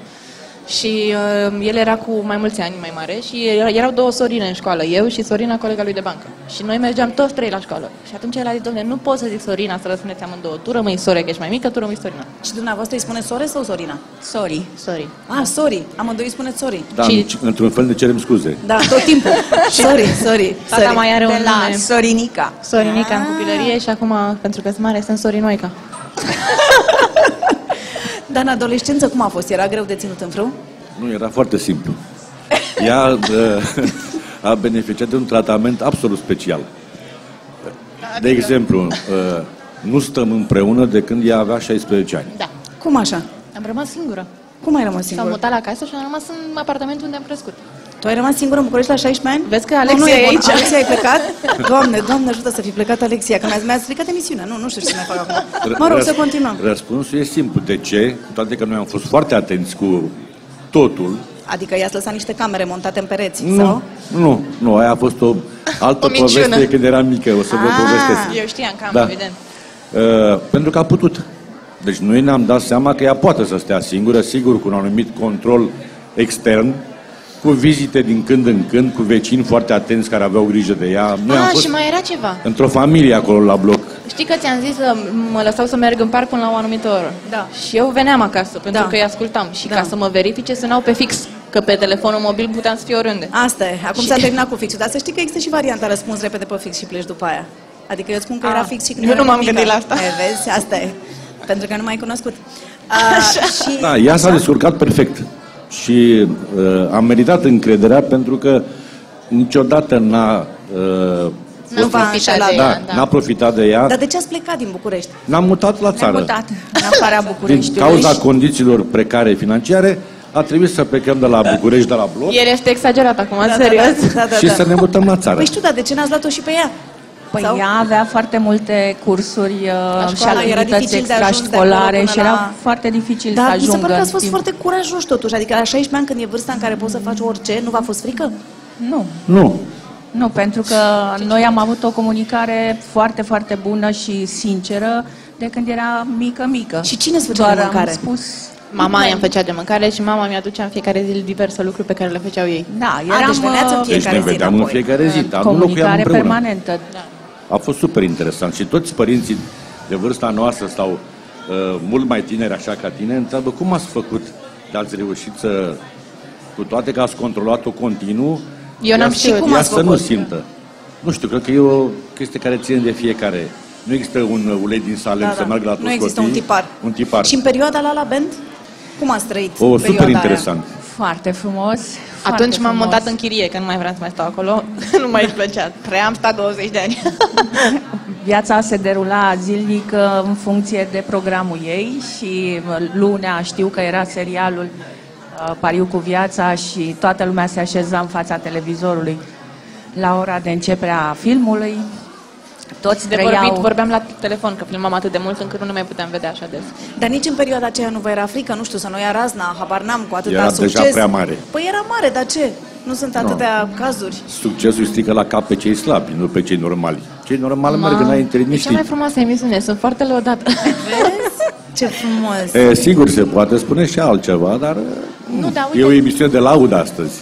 [SPEAKER 4] Și uh, el era cu mai mulți ani mai mare și era- erau două sorine în școală, eu și Sorina, colega lui de bancă. Și noi mergeam toți trei la școală. Și atunci el a zis, domne, nu pot să zic Sorina, să răspundeți amândouă. Tu rămâi sore, că ești mai mică, tu rămâi Sorina.
[SPEAKER 2] Și dumneavoastră îi spune sore sau sorina?
[SPEAKER 7] Sorry.
[SPEAKER 4] Sorry.
[SPEAKER 2] Ah, sorry. Amândoi îi spuneți sorry.
[SPEAKER 6] Da,
[SPEAKER 4] și-
[SPEAKER 6] ci- într-un fel ne cerem scuze.
[SPEAKER 2] Da, tot timpul. sorry, sorry.
[SPEAKER 4] Tata
[SPEAKER 2] sorry.
[SPEAKER 4] mai are un
[SPEAKER 7] De la
[SPEAKER 4] nume.
[SPEAKER 7] Sorinica.
[SPEAKER 4] Sorinica în copilărie și acum, pentru că sunt mare, sunt Sorinoica.
[SPEAKER 2] Dar în adolescență cum a fost? Era greu de ținut în frâu?
[SPEAKER 6] Nu, era foarte simplu. Ea uh, a beneficiat de un tratament absolut special.
[SPEAKER 4] Da, adică-
[SPEAKER 6] De exemplu, uh, nu stăm împreună de când ea avea 16 ani.
[SPEAKER 4] Da.
[SPEAKER 2] Cum așa?
[SPEAKER 4] Am rămas singură.
[SPEAKER 2] Cum ai rămas
[SPEAKER 4] S-am
[SPEAKER 2] singură?
[SPEAKER 4] mutat la casă și am rămas în apartamentul unde am crescut.
[SPEAKER 2] Tu ai rămas singură în București la 16 ani?
[SPEAKER 4] Vezi că Alexia
[SPEAKER 2] Nu, nu
[SPEAKER 4] e
[SPEAKER 2] bun.
[SPEAKER 4] aici.
[SPEAKER 2] Alexia, ai plecat? Doamne, doamne, ajută să fi plecat Alexia, că mi-a, mi-a stricat emisiunea. Nu, nu știu ce mai fac acum.
[SPEAKER 6] Ră-
[SPEAKER 2] Mă rog,
[SPEAKER 6] răs-
[SPEAKER 2] să continuăm.
[SPEAKER 6] Răspunsul e simplu. De ce? Cu toate că noi am fost foarte atenți cu totul.
[SPEAKER 2] Adică i-ați lăsat niște camere montate în pereți,
[SPEAKER 6] Nu,
[SPEAKER 2] sau?
[SPEAKER 6] nu, nu, aia a fost o altă
[SPEAKER 4] O minciună.
[SPEAKER 6] poveste când eram mică, o să vă
[SPEAKER 2] Ah,
[SPEAKER 6] povestesc. Da.
[SPEAKER 4] eu știam că am, evident.
[SPEAKER 6] Uh, pentru că a putut. Deci noi ne-am dat seama că ea poate să stea singură, sigur, cu un anumit control extern, cu vizite din când în când, cu vecini foarte atenți care aveau grijă de ea. Noi am
[SPEAKER 4] ah,
[SPEAKER 6] fost
[SPEAKER 4] și mai era ceva.
[SPEAKER 6] într-o familie acolo la bloc.
[SPEAKER 4] Știi că ți-am zis că mă lăsau să merg în parc până la o anumită oră.
[SPEAKER 2] Da.
[SPEAKER 4] Și eu veneam acasă, pentru
[SPEAKER 2] Da.
[SPEAKER 4] că îi ascultam. Și
[SPEAKER 2] Da.
[SPEAKER 4] ca să mă verifice, sunau pe fix, că pe telefonul mobil puteam să fiu oriunde.
[SPEAKER 2] Asta e, acum
[SPEAKER 4] Și-
[SPEAKER 2] s-a terminat cu fixul, dar să știi că există și varianta răspuns repede pe fix și pleci după aia. Adică eu îți spun că era
[SPEAKER 4] Ah,
[SPEAKER 2] fix și când
[SPEAKER 4] eu
[SPEAKER 2] eram
[SPEAKER 4] nu m-am
[SPEAKER 2] mică.
[SPEAKER 4] gândit la asta.
[SPEAKER 2] E, vezi, asta e. Pentru că nu m-ai cunoscut. A, și
[SPEAKER 6] Da, ea s-a descurcat perfect și uh, a meritat încrederea pentru că niciodată n-a uh,
[SPEAKER 4] N-am
[SPEAKER 2] Cumva
[SPEAKER 4] profitat
[SPEAKER 2] așa
[SPEAKER 4] de
[SPEAKER 2] la-
[SPEAKER 6] da,
[SPEAKER 4] ea,
[SPEAKER 6] n-a profitat de ea.
[SPEAKER 2] Da. Dar de ce ați plecat din București?
[SPEAKER 6] N-am mutat la
[SPEAKER 7] Ne-am
[SPEAKER 6] țară.
[SPEAKER 7] mutat în afara
[SPEAKER 6] Din
[SPEAKER 7] Bucureștiului.
[SPEAKER 6] cauza condițiilor precare financiare, a trebuit să plecăm de la București, de la bloc
[SPEAKER 4] El este exagerat acum,
[SPEAKER 2] Da, da,
[SPEAKER 4] serios.
[SPEAKER 2] Da, da, da,
[SPEAKER 6] și
[SPEAKER 2] da.
[SPEAKER 6] să ne mutăm la țară.
[SPEAKER 2] Păi știu, dar de ce n-ați luat-o și pe ea?
[SPEAKER 7] Păi
[SPEAKER 2] Sau-
[SPEAKER 7] ea avea foarte multe cursuri uh, și
[SPEAKER 2] școală, era
[SPEAKER 7] activități
[SPEAKER 2] dificil de ajuns de acolo
[SPEAKER 7] extrașcolare
[SPEAKER 2] până
[SPEAKER 7] și era
[SPEAKER 2] la-
[SPEAKER 7] foarte dificil să
[SPEAKER 2] Dar mi se
[SPEAKER 7] ajungă
[SPEAKER 2] pare că
[SPEAKER 7] în
[SPEAKER 2] ați fost
[SPEAKER 7] timp.
[SPEAKER 2] foarte curajoși totuși, adică la 16 ani când e vârsta în care poți să faci orice, nu v-a fost frică?
[SPEAKER 7] Nu,
[SPEAKER 6] Nu.
[SPEAKER 7] nu, pentru că noi am avut o comunicare foarte, foarte bună și sinceră de când era mică, mică.
[SPEAKER 4] Da.
[SPEAKER 2] Și cine îți făcea
[SPEAKER 7] Doar
[SPEAKER 2] de mâncare?
[SPEAKER 7] am spus...
[SPEAKER 4] Mama i-am făcea de mâncare și mama mi-aducea în fiecare zi diverse lucruri pe care le făceau ei.
[SPEAKER 7] Da,
[SPEAKER 2] A,
[SPEAKER 7] eram
[SPEAKER 2] deci veneați în
[SPEAKER 7] uh,
[SPEAKER 6] Deci
[SPEAKER 2] fiecare
[SPEAKER 6] ne
[SPEAKER 2] zi da,
[SPEAKER 6] vedeam în
[SPEAKER 2] înapoi.
[SPEAKER 6] fiecare zi, dar nu locuiam
[SPEAKER 7] comunicare
[SPEAKER 6] împreună.
[SPEAKER 7] permanentă.
[SPEAKER 6] A fost super interesant și toți părinții de vârsta noastră sau uh, mult mai tineri așa ca tine întreabă cum ați făcut de ați reușit să, cu toate că ați controlat-o continuu,
[SPEAKER 4] Eu n-am
[SPEAKER 6] ea-
[SPEAKER 4] știut.
[SPEAKER 6] ea
[SPEAKER 4] Cum
[SPEAKER 2] ați
[SPEAKER 6] să nu
[SPEAKER 2] făcut?
[SPEAKER 6] simtă. Nu știu, cred că e o chestie care ține de fiecare. Nu există un uh, ulei din salem să meargă la toți
[SPEAKER 2] Da, Nu există
[SPEAKER 6] copiii.
[SPEAKER 2] un tipar.
[SPEAKER 6] Un tipar.
[SPEAKER 2] Și în perioada la la band? Cum ați trăit
[SPEAKER 6] O,
[SPEAKER 2] perioada
[SPEAKER 6] super
[SPEAKER 2] aia?
[SPEAKER 6] interesant.
[SPEAKER 7] Foarte frumos. foarte
[SPEAKER 4] Atunci m-am
[SPEAKER 7] frumos.
[SPEAKER 4] mutat în chirie, că nu mai vreau să mai stau acolo. nu mai îmi plăcea. Prea am stat 20 de ani.
[SPEAKER 7] Viața se derula zilnic uh, în funcție de programul ei și uh, lunea știu că era serialul uh, Pariu cu viața și toată lumea se așeza în fața televizorului la ora de începere a filmului. Toți
[SPEAKER 4] De
[SPEAKER 7] trăiau...
[SPEAKER 4] vorbit, vorbeam la telefon, că filmam atât de mult încât nu ne mai puteam vedea așa des.
[SPEAKER 2] Dar nici în perioada aceea nu vă era frică, nu știu, să nu ia razna, habar n-am cu atâta
[SPEAKER 6] Era deja
[SPEAKER 2] succes.
[SPEAKER 6] prea mare.
[SPEAKER 2] Păi era mare, dar ce? Nu sunt atâtea cazuri.
[SPEAKER 6] Succesul strică la cap pe cei slabi, nu pe cei normali. Cei normali merg
[SPEAKER 4] Mamă,
[SPEAKER 6] înainte
[SPEAKER 4] E cea mai
[SPEAKER 6] liniștiți.
[SPEAKER 4] frumoasă emisiune, sunt foarte lăudată.
[SPEAKER 2] Ce frumos.
[SPEAKER 6] E, sigur, se poate spune și altceva, dar
[SPEAKER 4] Nu, dar
[SPEAKER 6] e o
[SPEAKER 4] uite-
[SPEAKER 6] emisiune de laudă astăzi.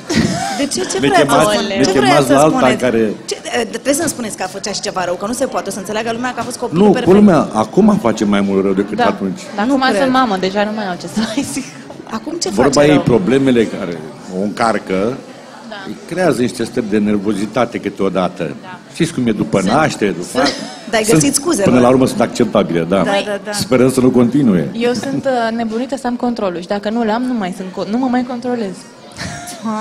[SPEAKER 2] De ce? Ce
[SPEAKER 6] Ne
[SPEAKER 2] vreau să
[SPEAKER 6] chemați-
[SPEAKER 2] spun?
[SPEAKER 6] ne
[SPEAKER 2] Ce vreau
[SPEAKER 6] chemați
[SPEAKER 2] să
[SPEAKER 6] la alta
[SPEAKER 2] spuneți?
[SPEAKER 6] care-
[SPEAKER 2] Ce, e, trebuie să-mi spuneți că a făcea și ceva rău, că nu se poate o să înțeleagă lumea că a fost copilul
[SPEAKER 6] Nu,
[SPEAKER 2] perfect. Da.
[SPEAKER 6] culmea, acum face mai mult rău decât atunci.
[SPEAKER 4] Dar
[SPEAKER 2] Nu
[SPEAKER 4] acum
[SPEAKER 2] cred.
[SPEAKER 4] sunt mamă, deja nu mai au ce să mai zic.
[SPEAKER 2] Acum ce
[SPEAKER 6] Vorba
[SPEAKER 2] face
[SPEAKER 6] ei,
[SPEAKER 2] rău? Da.
[SPEAKER 6] problemele care o încarcă, îi creează niște stări de nervozitate câteodată. Știți cum e după naștere, după...
[SPEAKER 2] Da, ai
[SPEAKER 6] Sunt-
[SPEAKER 2] găsit scuze,
[SPEAKER 6] Până
[SPEAKER 2] bă.
[SPEAKER 6] la urmă sunt acceptabile, da.
[SPEAKER 2] Da, da, da.
[SPEAKER 6] Sperăm să nu continue.
[SPEAKER 4] Eu sunt uh, nebunită să am controlul și dacă nu l-am, nu, mai sunt, co- nu mă mai controlez.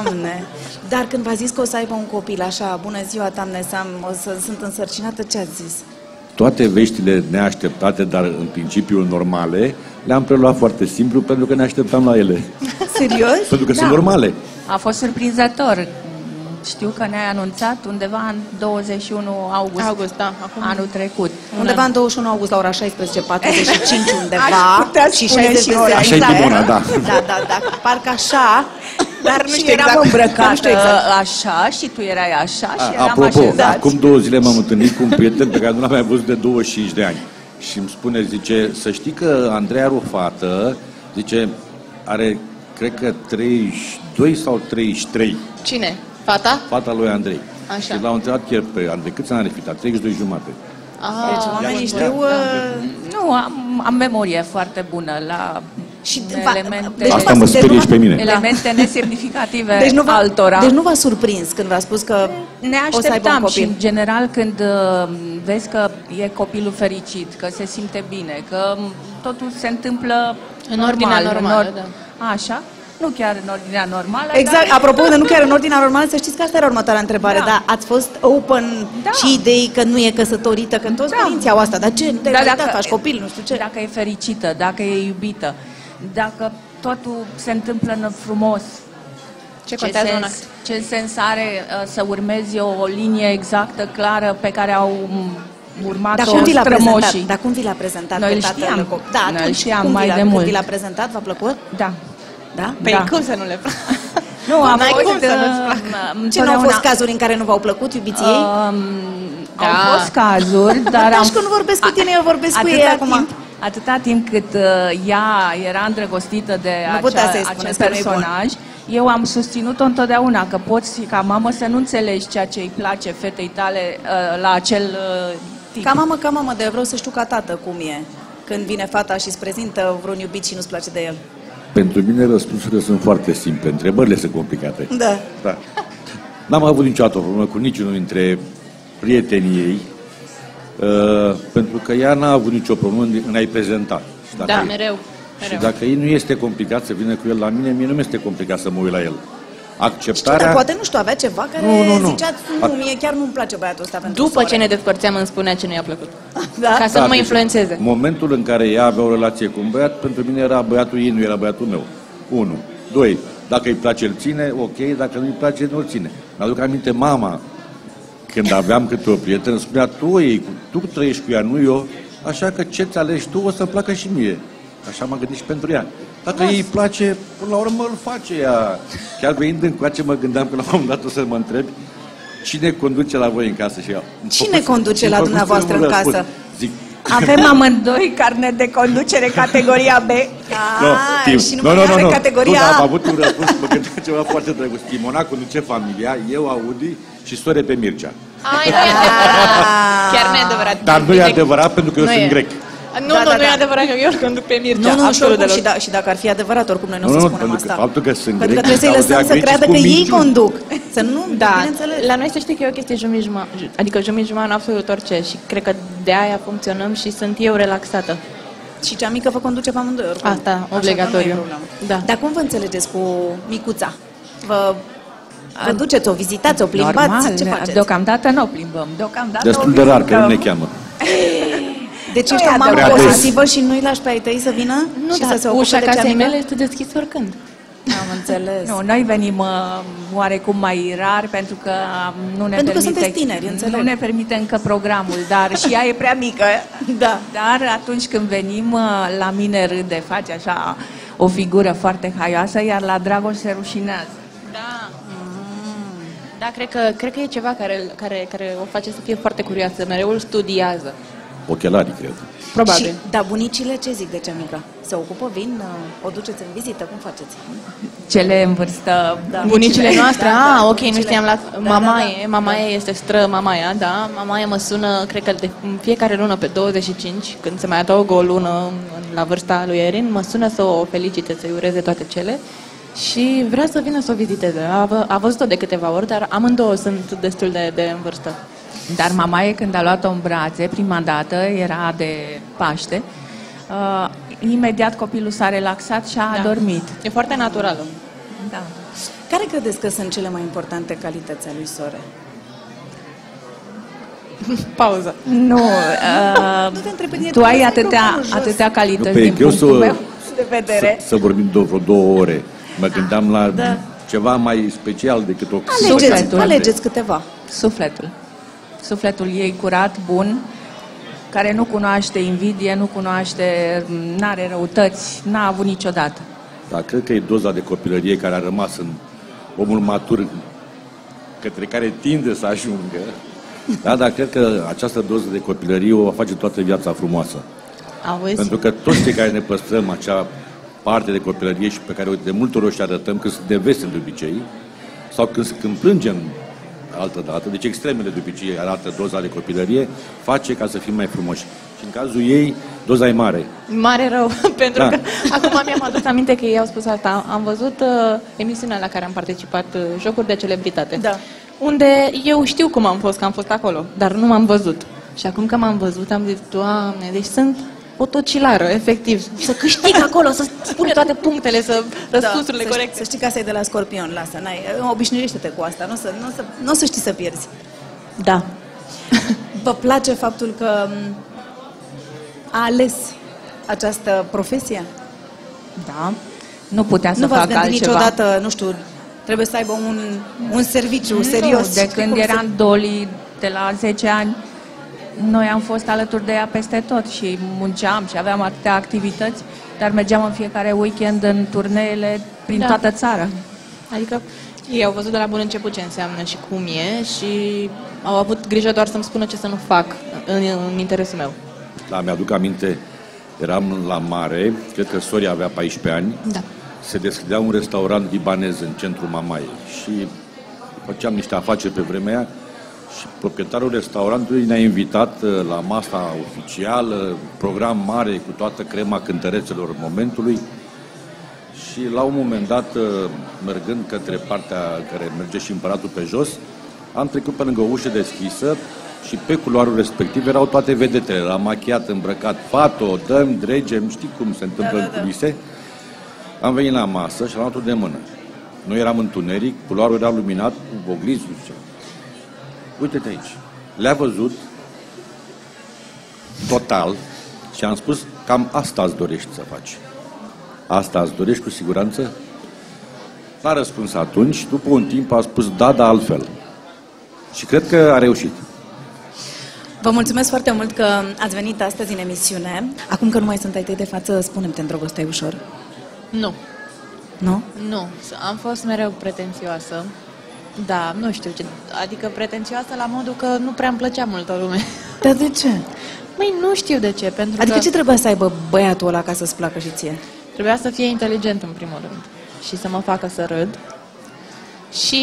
[SPEAKER 2] Doamne. Dar când v-a zis că o să aibă un copil așa, bună ziua, doamne, Sam, o să sunt însărcinată, ce ați zis?
[SPEAKER 6] toate veștile neașteptate, dar în principiu normale, le-am preluat foarte simplu pentru că ne așteptam la ele.
[SPEAKER 2] Da.
[SPEAKER 7] Serios?
[SPEAKER 6] Pentru că sunt normale.
[SPEAKER 7] A fost surprinzător. Știu că ne-ai anunțat undeva în 21 august,
[SPEAKER 4] August, da, acum.
[SPEAKER 7] anul trecut.
[SPEAKER 2] Undeva în 21 august la ora 16.45 undeva
[SPEAKER 7] Aș putea
[SPEAKER 2] și
[SPEAKER 7] spune
[SPEAKER 2] 60
[SPEAKER 7] și ora.
[SPEAKER 6] Așa e Dimona, da.
[SPEAKER 2] Da, da, da. Parcă așa,
[SPEAKER 7] Dar nu știu
[SPEAKER 2] știu
[SPEAKER 7] eram
[SPEAKER 2] exact.
[SPEAKER 7] îmbrăcată
[SPEAKER 2] Nu știu exact.
[SPEAKER 7] așa și tu erai așa și
[SPEAKER 6] A-
[SPEAKER 7] eram
[SPEAKER 6] Apropo, da,
[SPEAKER 7] așezați.
[SPEAKER 6] acum două zile m-am întâlnit cu un prieten pe care nu l-am mai văzut de 25 de ani. Și îmi spune, zice, să știi că Andreea Rufată, zice, are, cred că 32 sau 33,
[SPEAKER 4] Cine? Fata?
[SPEAKER 6] fata lui Andrei.
[SPEAKER 4] Așa.
[SPEAKER 6] Și l-au întrebat chiar pe Andrei, câți ani are fita? 32 jumate.
[SPEAKER 4] Ah, deci
[SPEAKER 2] oamenii știu...
[SPEAKER 7] Da.
[SPEAKER 2] uh,
[SPEAKER 7] Nu, am, am memorie foarte bună la
[SPEAKER 2] Și va-
[SPEAKER 7] elemente,
[SPEAKER 2] deci
[SPEAKER 6] Asta mă
[SPEAKER 2] deci
[SPEAKER 6] sperie
[SPEAKER 2] nu-
[SPEAKER 6] și pe mine.
[SPEAKER 7] elemente nesemnificative
[SPEAKER 2] Deci nu, v-a,
[SPEAKER 7] altora.
[SPEAKER 2] deci nu v-a surprins când v-a spus că
[SPEAKER 7] ne
[SPEAKER 2] o să aibă un
[SPEAKER 7] așteptam și,
[SPEAKER 2] copil.
[SPEAKER 7] în general, când uh, vezi că e copilul fericit, că se simte bine, că um, totul se întâmplă
[SPEAKER 4] În
[SPEAKER 7] normal,
[SPEAKER 4] ordinea normală, da.
[SPEAKER 7] Așa, nu chiar în ordinea normală,
[SPEAKER 2] Exact,
[SPEAKER 7] dar
[SPEAKER 2] apropo de nu chiar în ordinea normală, să știți că asta era următoarea întrebare,
[SPEAKER 7] Da.
[SPEAKER 2] da. dar ați fost open
[SPEAKER 7] Da.
[SPEAKER 2] și idei că nu e căsătorită, că toți
[SPEAKER 7] Da.
[SPEAKER 2] părinții au asta, dar ce, nu te-ai
[SPEAKER 7] Dar
[SPEAKER 2] da,
[SPEAKER 7] dacă- Da.
[SPEAKER 2] faci copil, nu știu ce.
[SPEAKER 7] dacă e fericită, dacă e iubită, dacă totul se întâmplă în frumos,
[SPEAKER 4] ce contează un
[SPEAKER 7] sens,
[SPEAKER 4] act?
[SPEAKER 7] ce sens are uh, să urmezi o, o linie exactă, clară, pe care au um,
[SPEAKER 2] Dar
[SPEAKER 7] urmat-o
[SPEAKER 2] cum vi l-a prezentat?
[SPEAKER 7] strămoșii?
[SPEAKER 2] Dar cum vi l-a prezentat
[SPEAKER 7] Noi
[SPEAKER 2] pe
[SPEAKER 7] îl
[SPEAKER 2] tatăl
[SPEAKER 7] știam.
[SPEAKER 2] copil? Da,
[SPEAKER 7] Noi îl
[SPEAKER 2] atunci
[SPEAKER 7] știam
[SPEAKER 2] cum
[SPEAKER 7] mai
[SPEAKER 2] vi l-a,
[SPEAKER 7] de
[SPEAKER 2] când
[SPEAKER 7] mult.
[SPEAKER 2] vi l-a prezentat? V-a plăcut?
[SPEAKER 7] da.
[SPEAKER 2] Da?
[SPEAKER 4] Păi
[SPEAKER 7] Da.
[SPEAKER 4] cum să nu le placă?
[SPEAKER 7] Nu, am
[SPEAKER 4] N-ai
[SPEAKER 7] fost,
[SPEAKER 4] cum să
[SPEAKER 7] uh,
[SPEAKER 4] nu-ți placă.
[SPEAKER 7] m-
[SPEAKER 2] Ce nu au
[SPEAKER 7] totdeauna-
[SPEAKER 2] fost cazuri în care nu v-au plăcut iubiții ei?
[SPEAKER 7] Um,
[SPEAKER 4] Da.
[SPEAKER 7] Au fost cazuri, dar
[SPEAKER 2] Da,
[SPEAKER 7] am...
[SPEAKER 2] și că nu vorbesc cu
[SPEAKER 7] A-
[SPEAKER 2] tine, eu vorbesc cu
[SPEAKER 7] atâta
[SPEAKER 2] ei acum.
[SPEAKER 7] Timp, atâta timp cât uh, ea era îndrăgostită de
[SPEAKER 2] Nu putea
[SPEAKER 7] acea,
[SPEAKER 2] să-i
[SPEAKER 7] acest
[SPEAKER 2] spuneți că nu-i
[SPEAKER 7] personaj, eu am susținut-o întotdeauna că poți ca mamă să nu înțelegi ceea ce îi place fetei tale uh, la acel uh, tip.
[SPEAKER 2] Ca mamă, ca mamă, de vreau să știu ca tată cum e când vine fata și îți prezintă vreun iubit și nu-ți place de el.
[SPEAKER 6] Pentru mine răspunsurile sunt foarte simple, întrebările sunt complicate.
[SPEAKER 2] Da.
[SPEAKER 6] Da. N-am avut niciodată o problemă cu niciunul dintre prietenii ei, uh, pentru că ea n-a avut nicio problemă în în a-i prezenta. Și dacă
[SPEAKER 4] Da,
[SPEAKER 6] e-
[SPEAKER 4] mereu.
[SPEAKER 6] Și
[SPEAKER 4] mereu.
[SPEAKER 6] dacă ei nu este complicat să vină cu el la mine, mie nu mi este complicat să mă uit la el.
[SPEAKER 2] Știu, dar
[SPEAKER 6] Acceptarea...
[SPEAKER 2] poate nu știu, avea ceva care
[SPEAKER 6] Nu, nu, nu.
[SPEAKER 2] zicea, nu,
[SPEAKER 6] At-
[SPEAKER 2] mie chiar nu-mi place băiatul ăsta pentru
[SPEAKER 4] După
[SPEAKER 2] soră."
[SPEAKER 4] ce ne despărțeam, îmi spunea ce nu i-a plăcut.
[SPEAKER 2] Da?
[SPEAKER 4] Ca să nu mă
[SPEAKER 6] deci,
[SPEAKER 4] influențeze.
[SPEAKER 6] Momentul în care ea avea o relație cu un băiat, pentru mine era băiatul ei, nu era băiatul meu. Unu. Doi. Dacă îi place, îl ține, ok, dacă nu îi place, nu îl ține. Mi-aduc aminte mama, când aveam câte o prietenă, spunea, tu, o iei, cu- tu trăiești cu ea, nu eu, așa că ce-ți alegi tu o să placă și mie. Așa m-am gândit și pentru ea. Dacă ei îi place, până la urmă îl face ea. Chiar venind încoace, mă gândeam că la un moment dat o să mă întreb cine conduce la voi în casă și ea.
[SPEAKER 2] Cine conduce la dumneavoastră în casă?
[SPEAKER 6] Zic,
[SPEAKER 7] Avem amândoi carnet de conducere categoria B.
[SPEAKER 6] No,
[SPEAKER 2] Ah,
[SPEAKER 6] Tim.
[SPEAKER 2] și nu mai are categoria
[SPEAKER 6] Nu, dar am
[SPEAKER 2] A.
[SPEAKER 6] avut un răspuns, mă gândeam ceva foarte drăguț. Timona conduce familia, eu Audi și sore pe Mircea.
[SPEAKER 4] Ai, nu e adevărat. Chiar nu e adevărat.
[SPEAKER 6] Dar nu e adevărat pentru că eu
[SPEAKER 4] Nu
[SPEAKER 6] sunt
[SPEAKER 4] e.
[SPEAKER 6] grec.
[SPEAKER 4] Nu,
[SPEAKER 2] Da,
[SPEAKER 4] nu,
[SPEAKER 2] da,
[SPEAKER 4] nu e
[SPEAKER 2] da.
[SPEAKER 4] adevărat că eu îl conduc pe Mircea.
[SPEAKER 2] Nu, nu, și,
[SPEAKER 4] absolut
[SPEAKER 2] oricum,
[SPEAKER 4] deloc.
[SPEAKER 2] și, da, și dacă ar fi adevărat, oricum noi nu, o
[SPEAKER 6] Nu,
[SPEAKER 2] să
[SPEAKER 6] nu,
[SPEAKER 2] spunem
[SPEAKER 6] pentru că
[SPEAKER 2] asta.
[SPEAKER 6] faptul că sunt
[SPEAKER 2] pentru că
[SPEAKER 6] greci
[SPEAKER 2] trebuie să-i
[SPEAKER 6] sau de
[SPEAKER 2] lăsăm să
[SPEAKER 6] agricii
[SPEAKER 2] creadă
[SPEAKER 6] cu
[SPEAKER 2] că ei
[SPEAKER 6] minciuni.
[SPEAKER 2] conduc. Să nu,
[SPEAKER 4] Da,
[SPEAKER 2] bineînțeles.
[SPEAKER 4] la noi să știi că e o chestie jumătate, jumătate, adică jumătate, jumătate în absolut orice și cred că de aia funcționăm și sunt eu relaxată.
[SPEAKER 2] Și cea mică vă conduce pe amândoi oricum.
[SPEAKER 4] Asta,
[SPEAKER 2] Așa că
[SPEAKER 4] obligatoriu.
[SPEAKER 2] nu e problemă.
[SPEAKER 4] Da.
[SPEAKER 2] Dar cum vă înțelegeți cu micuța? Vă, vă duceți, o vizitați, o plimbați?
[SPEAKER 7] Normal,
[SPEAKER 2] ce faceți?
[SPEAKER 7] deocamdată nu o plimbăm. Deocamdată
[SPEAKER 6] Destul
[SPEAKER 7] o
[SPEAKER 6] de rar că nu
[SPEAKER 7] vizităm.
[SPEAKER 6] ne cheamă.
[SPEAKER 2] Deci
[SPEAKER 7] Nu
[SPEAKER 2] ești
[SPEAKER 7] e
[SPEAKER 2] o mamă
[SPEAKER 6] adevărat.
[SPEAKER 2] posesivă și nu-i lași pe ai tăi să vină
[SPEAKER 4] Nu,
[SPEAKER 2] și
[SPEAKER 4] dar
[SPEAKER 2] să se ocupe
[SPEAKER 4] ușa
[SPEAKER 2] de cea
[SPEAKER 4] casei
[SPEAKER 2] mică?
[SPEAKER 4] mele este deschisă oricând.
[SPEAKER 2] Am înțeles.
[SPEAKER 7] Nu, noi venim uh, oarecum mai rar pentru că um, nu ne
[SPEAKER 2] Pentru că
[SPEAKER 7] permite,
[SPEAKER 2] sunteți tineri, înțeleg.
[SPEAKER 7] Nu ne permite încă programul, dar și ea e prea mică.
[SPEAKER 2] Da.
[SPEAKER 7] Dar atunci când venim, uh, la mine râde, face așa o figură foarte haioasă, iar la Dragoș se rușinează.
[SPEAKER 4] Da. Da, cred că, cred că e ceva care, care, care o face să fie foarte curioasă. Mereu îl studiază.
[SPEAKER 6] Ochelarii, cred.
[SPEAKER 4] Probabil.
[SPEAKER 2] Și, dar bunicile ce zic de cea mică? Se ocupă, vin, uh, o duceți în vizită, cum faceți?
[SPEAKER 7] Cele în vârstă... Da.
[SPEAKER 4] Bunicile noastre,
[SPEAKER 2] Da,
[SPEAKER 4] ah,
[SPEAKER 2] da,
[SPEAKER 4] ok, nu
[SPEAKER 2] bunicile.
[SPEAKER 4] știam
[SPEAKER 2] Da,
[SPEAKER 4] la
[SPEAKER 2] da,
[SPEAKER 4] mamaie,
[SPEAKER 2] da.
[SPEAKER 4] mamaie este stră mamaia, da, mamaie mă sună, cred că de în fiecare lună pe 25, când se mai adaugă o lună în- la vârsta lui Erin, mă sună să o felicite, să-i ureze toate cele și vrea să vină să o viziteze. A, vă- a văzut-o de câteva ori, dar amândouă sunt destul de, de în vârstă.
[SPEAKER 7] Dar mama e când a luat-o în brațe, prima dată, era de Paște, uh, imediat copilul s-a relaxat și a
[SPEAKER 4] Da.
[SPEAKER 7] adormit.
[SPEAKER 4] E foarte naturală.
[SPEAKER 7] Da.
[SPEAKER 2] Care credeți că sunt cele mai importante calități ale lui Sore?
[SPEAKER 4] Pauză.
[SPEAKER 7] Nu, uh,
[SPEAKER 2] Nu te întreb pe tine,
[SPEAKER 7] tu ai
[SPEAKER 2] trebuie să-i
[SPEAKER 7] atâtea,
[SPEAKER 2] programul jos.
[SPEAKER 7] atâtea calități
[SPEAKER 6] Pe
[SPEAKER 7] din
[SPEAKER 6] eu
[SPEAKER 7] punctul
[SPEAKER 6] să,
[SPEAKER 7] meu de vedere.
[SPEAKER 6] să, să vorbim de vreo două ore. Mă gândeam la ceva mai special decât o
[SPEAKER 2] Da. Alegeți,
[SPEAKER 7] Sufletul.
[SPEAKER 2] alegeți câteva.
[SPEAKER 4] Da.
[SPEAKER 7] Sufletul. Sufletul ei curat, bun, care nu cunoaște invidie, nu cunoaște, n-are răutăți, n-a avut niciodată.
[SPEAKER 6] Dar cred că e doza de copilărie care a rămas în omul matur către care tinde să ajungă. Da, dar cred că această doză de copilărie o va face toată viața frumoasă.
[SPEAKER 7] Auzi?
[SPEAKER 6] Pentru că toți cei care ne păstrăm acea parte de copilărie și pe care o- de multe ori o și arătăm când suntem veseli de obicei, sau când, când plângem altă dată, deci extremele de obicei arată doza de copilărie, face ca să fim mai frumoși. Și în cazul ei, doza e mare.
[SPEAKER 4] Mare rău, pentru
[SPEAKER 6] Da.
[SPEAKER 4] că acum mi-am adus aminte că ei au spus asta. Am văzut uh, emisiunea la care am participat, uh, Jocuri de Celebritate,
[SPEAKER 7] Da.
[SPEAKER 4] unde eu știu cum am fost, că am fost acolo, dar nu m-am văzut. Și acum că m-am văzut, am zis, Doamne, deci sunt o tocilară, efectiv. Să câștig acolo, să spune toate punctele, să răspunsurile
[SPEAKER 2] să,
[SPEAKER 4] da,
[SPEAKER 2] Știi, să
[SPEAKER 4] corecte.
[SPEAKER 2] știi că asta e de la scorpion, lasă, n-ai, uh, obișnuiește-te cu asta, nu o să, nu o să, nu o să știi să pierzi.
[SPEAKER 7] Da.
[SPEAKER 2] Vă place faptul că m, a ales această profesie?
[SPEAKER 7] Da. Nu putea să
[SPEAKER 2] nu v-ați
[SPEAKER 7] facă
[SPEAKER 2] gândit
[SPEAKER 7] altceva.
[SPEAKER 2] niciodată, nu știu, trebuie să aibă un, un serviciu serios.
[SPEAKER 7] Nu, de
[SPEAKER 2] Știi
[SPEAKER 7] când
[SPEAKER 2] cum se-
[SPEAKER 7] eram Doli, de la 10 ani, noi am fost alături de ea peste tot și munceam și aveam atâtea activități, dar mergeam în fiecare weekend în turneele prin
[SPEAKER 4] Da.
[SPEAKER 7] toată țara.
[SPEAKER 4] Adică ei au văzut de la bun început ce înseamnă și cum e și au avut grijă doar să-mi spună ce să nu fac în, în interesul meu.
[SPEAKER 6] Da, mi-aduc aminte, eram la mare, cred că Soria avea 14 ani,
[SPEAKER 4] Da.
[SPEAKER 6] se deschidea un restaurant libanez în centrul Mamaie și făceam niște afaceri pe vremea aia și proprietarul restaurantului ne-a invitat uh, la masa oficială, program mare cu toată crema cântărețelor momentului și la un moment dat, uh, mergând către partea care merge și împăratul pe jos, am trecut pe lângă o ușă deschisă și pe culoarul respectiv erau toate vedetele. Era machiat, îmbrăcat, fato, dăm, dregem, știi cum se întâmplă da, da, în culise. Am venit la masă și l-am luat de mână. Noi eram întuneric, culoarul era luminat cu oglinzi, nu știu. ce. Uite-te aici. Le-a văzut total și am spus cam asta îți dorești să faci. Asta îți dorești cu siguranță? N-a răspuns atunci, după un timp a spus da, dar altfel. Și cred că a reușit.
[SPEAKER 2] Vă mulțumesc foarte mult că ați venit astăzi în emisiune. Acum că nu mai sunt ai tăi de față, spune-mi, te îndrăgosteai ușor,
[SPEAKER 4] Nu,
[SPEAKER 2] nu?
[SPEAKER 4] Nu, am fost mereu pretențioasă. Da, nu știu ce. Adică pretențioasă la modul că nu prea îmi plăcea multă lume.
[SPEAKER 2] Dar de ce?
[SPEAKER 4] Măi, nu știu de ce, pentru
[SPEAKER 2] Adică
[SPEAKER 4] că
[SPEAKER 2] ce trebuia să aibă băiatul ăla ca să-ți placă și ție?
[SPEAKER 4] trebuia să fie inteligent în primul rând și să mă facă să râd. Și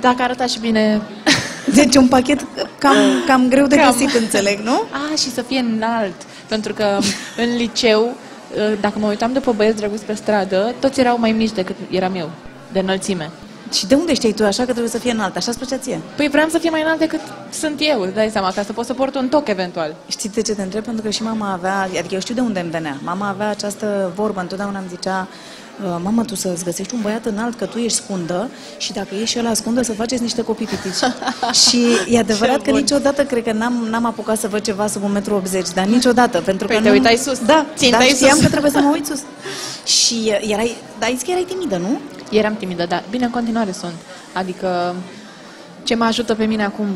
[SPEAKER 4] dacă arăta și bine...
[SPEAKER 2] Deci un pachet cam, cam greu de
[SPEAKER 4] Cam.
[SPEAKER 2] găsit, înțeleg, nu?
[SPEAKER 4] A, și să fie înalt, pentru că în liceu, ă, dacă mă uitam după băieți drăguți pe stradă, toți erau mai mici decât eram eu, de înălțime.
[SPEAKER 2] Și de unde știi tu așa că trebuie să fie înalt? Așa îți plăcea ție?
[SPEAKER 4] Păi vreau să fie mai înalt decât sunt eu, îți dai seama, ca să pot să port un toc eventual.
[SPEAKER 2] Știi de ce te întreb? Pentru că și mama avea, adică eu știu de unde îmi venea. Mama avea această vorbă, întotdeauna îmi zicea, "Uh, mamă, tu să-ți găsești un băiat înalt, că tu ești scundă și dacă ești ăla scundă, să faceți niște copii pitici. și e adevărat că niciodată, cred că n-am, n-am apucat să văd ceva sub 1,80 m, dar niciodată, pentru
[SPEAKER 4] Păi
[SPEAKER 2] că
[SPEAKER 4] te
[SPEAKER 2] nu...
[SPEAKER 4] uitai sus,
[SPEAKER 2] Da, dar
[SPEAKER 4] țintai
[SPEAKER 2] știam
[SPEAKER 4] sus.
[SPEAKER 2] că trebuie să mă uit sus. și uh, erai, dar ai zis că erai timidă, nu?
[SPEAKER 4] Eram timidă, dar bine, în continuare sunt. Adică ce mă ajută pe mine acum,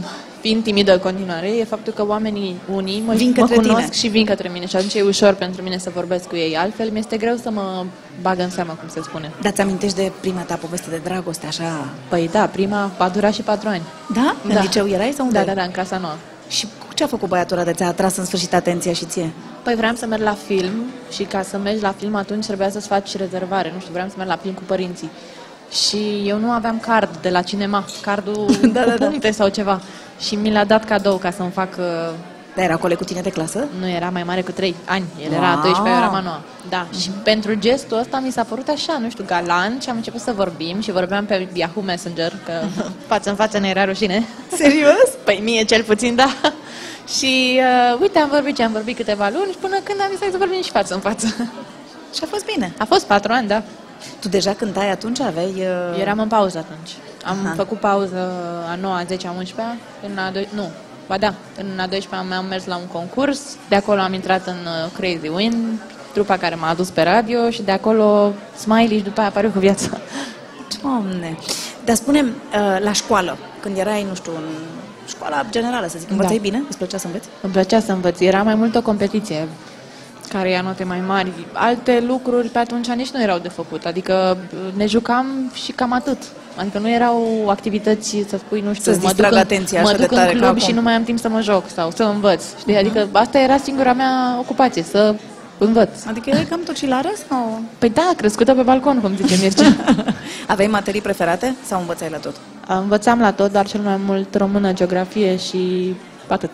[SPEAKER 4] fiind timidă în continuare, e faptul că oamenii unii mă,
[SPEAKER 2] Vin
[SPEAKER 4] mă
[SPEAKER 2] către
[SPEAKER 4] cunosc
[SPEAKER 2] tine.
[SPEAKER 4] și vin către mine și atunci e ușor pentru mine să vorbesc cu ei. Altfel, mi-este greu să mă bag în seamă, cum se spune.
[SPEAKER 2] Dar ți-amintești de prima ta poveste de dragoste, așa?
[SPEAKER 4] Păi da, prima a durat și patru ani.
[SPEAKER 2] Da? În
[SPEAKER 4] Da.
[SPEAKER 2] liceu erai sau unde?
[SPEAKER 4] Da, da, da, în casa nouă.
[SPEAKER 2] Și cu ce a făcut băiatul ăla de ți-a atras în sfârșit atenția și ție?
[SPEAKER 4] Păi vreau să merg la film și ca să mergi la film atunci trebuia să-ți faci rezervare. Nu știu, vreau să merg la film cu părinții. Și eu nu aveam card de la cinema, cardul da, cu da, puncte da. sau ceva. Și mi l-a dat cadou ca să-mi fac... uh,
[SPEAKER 2] Dar era coleg cu tine de clasă?
[SPEAKER 4] Nu era mai mare cu 3 ani, el era
[SPEAKER 2] Wow.
[SPEAKER 4] 12, eu eram a 9. Da, și pentru gestul ăsta mi s-a părut așa, nu știu, galant și am început să vorbim și vorbeam pe Yahoo Messenger, că față în față ne era rușine.
[SPEAKER 2] Serios?
[SPEAKER 4] Păi mie cel puțin, da. Și uh, uite, am vorbit ce am vorbit câteva luni și până când am zis hai să vorbim și față în față.
[SPEAKER 2] Și a fost bine.
[SPEAKER 4] A fost patru ani, da.
[SPEAKER 2] Tu deja cântai atunci, aveai... Uh...
[SPEAKER 4] Eram în pauză atunci. Am
[SPEAKER 2] Aha.
[SPEAKER 4] făcut pauză a 9, a 10, a 11, până la 2, nu, Ba da, în a 12-a mea am mers la un concurs, de acolo am intrat în uh, Crazy Win, trupa care m-a adus pe radio și de acolo Smiley și după aia apariu cu viața.
[SPEAKER 2] Doamne! Dar spune uh, la școală, când erai, nu știu, în școala generală, să zic, învățai
[SPEAKER 4] Da.
[SPEAKER 2] bine? Îți plăcea să înveți?
[SPEAKER 4] Îmi plăcea să învăț, era mai mult o competiție care ia note mai mari. Alte lucruri pe atunci nici nu erau de făcut, adică ne jucam și cam atât. Adică nu erau activități să spui, nu știu,
[SPEAKER 2] Să-ți
[SPEAKER 4] mă duc
[SPEAKER 2] distragă
[SPEAKER 4] în,
[SPEAKER 2] atenția
[SPEAKER 4] mă
[SPEAKER 2] așa de
[SPEAKER 4] duc în
[SPEAKER 2] tare ca
[SPEAKER 4] club
[SPEAKER 2] acum.
[SPEAKER 4] și nu mai am timp să mă joc sau să învăț. Știi? Adică asta era singura mea ocupație, să învăț.
[SPEAKER 2] Adică erai cam tocilară sau...
[SPEAKER 4] Păi da, crescută pe balcon, cum zice Mircea.
[SPEAKER 2] Aveai materii preferate sau învățai la tot?
[SPEAKER 4] Învățam la tot, dar cel mai mult română, geografie și atât.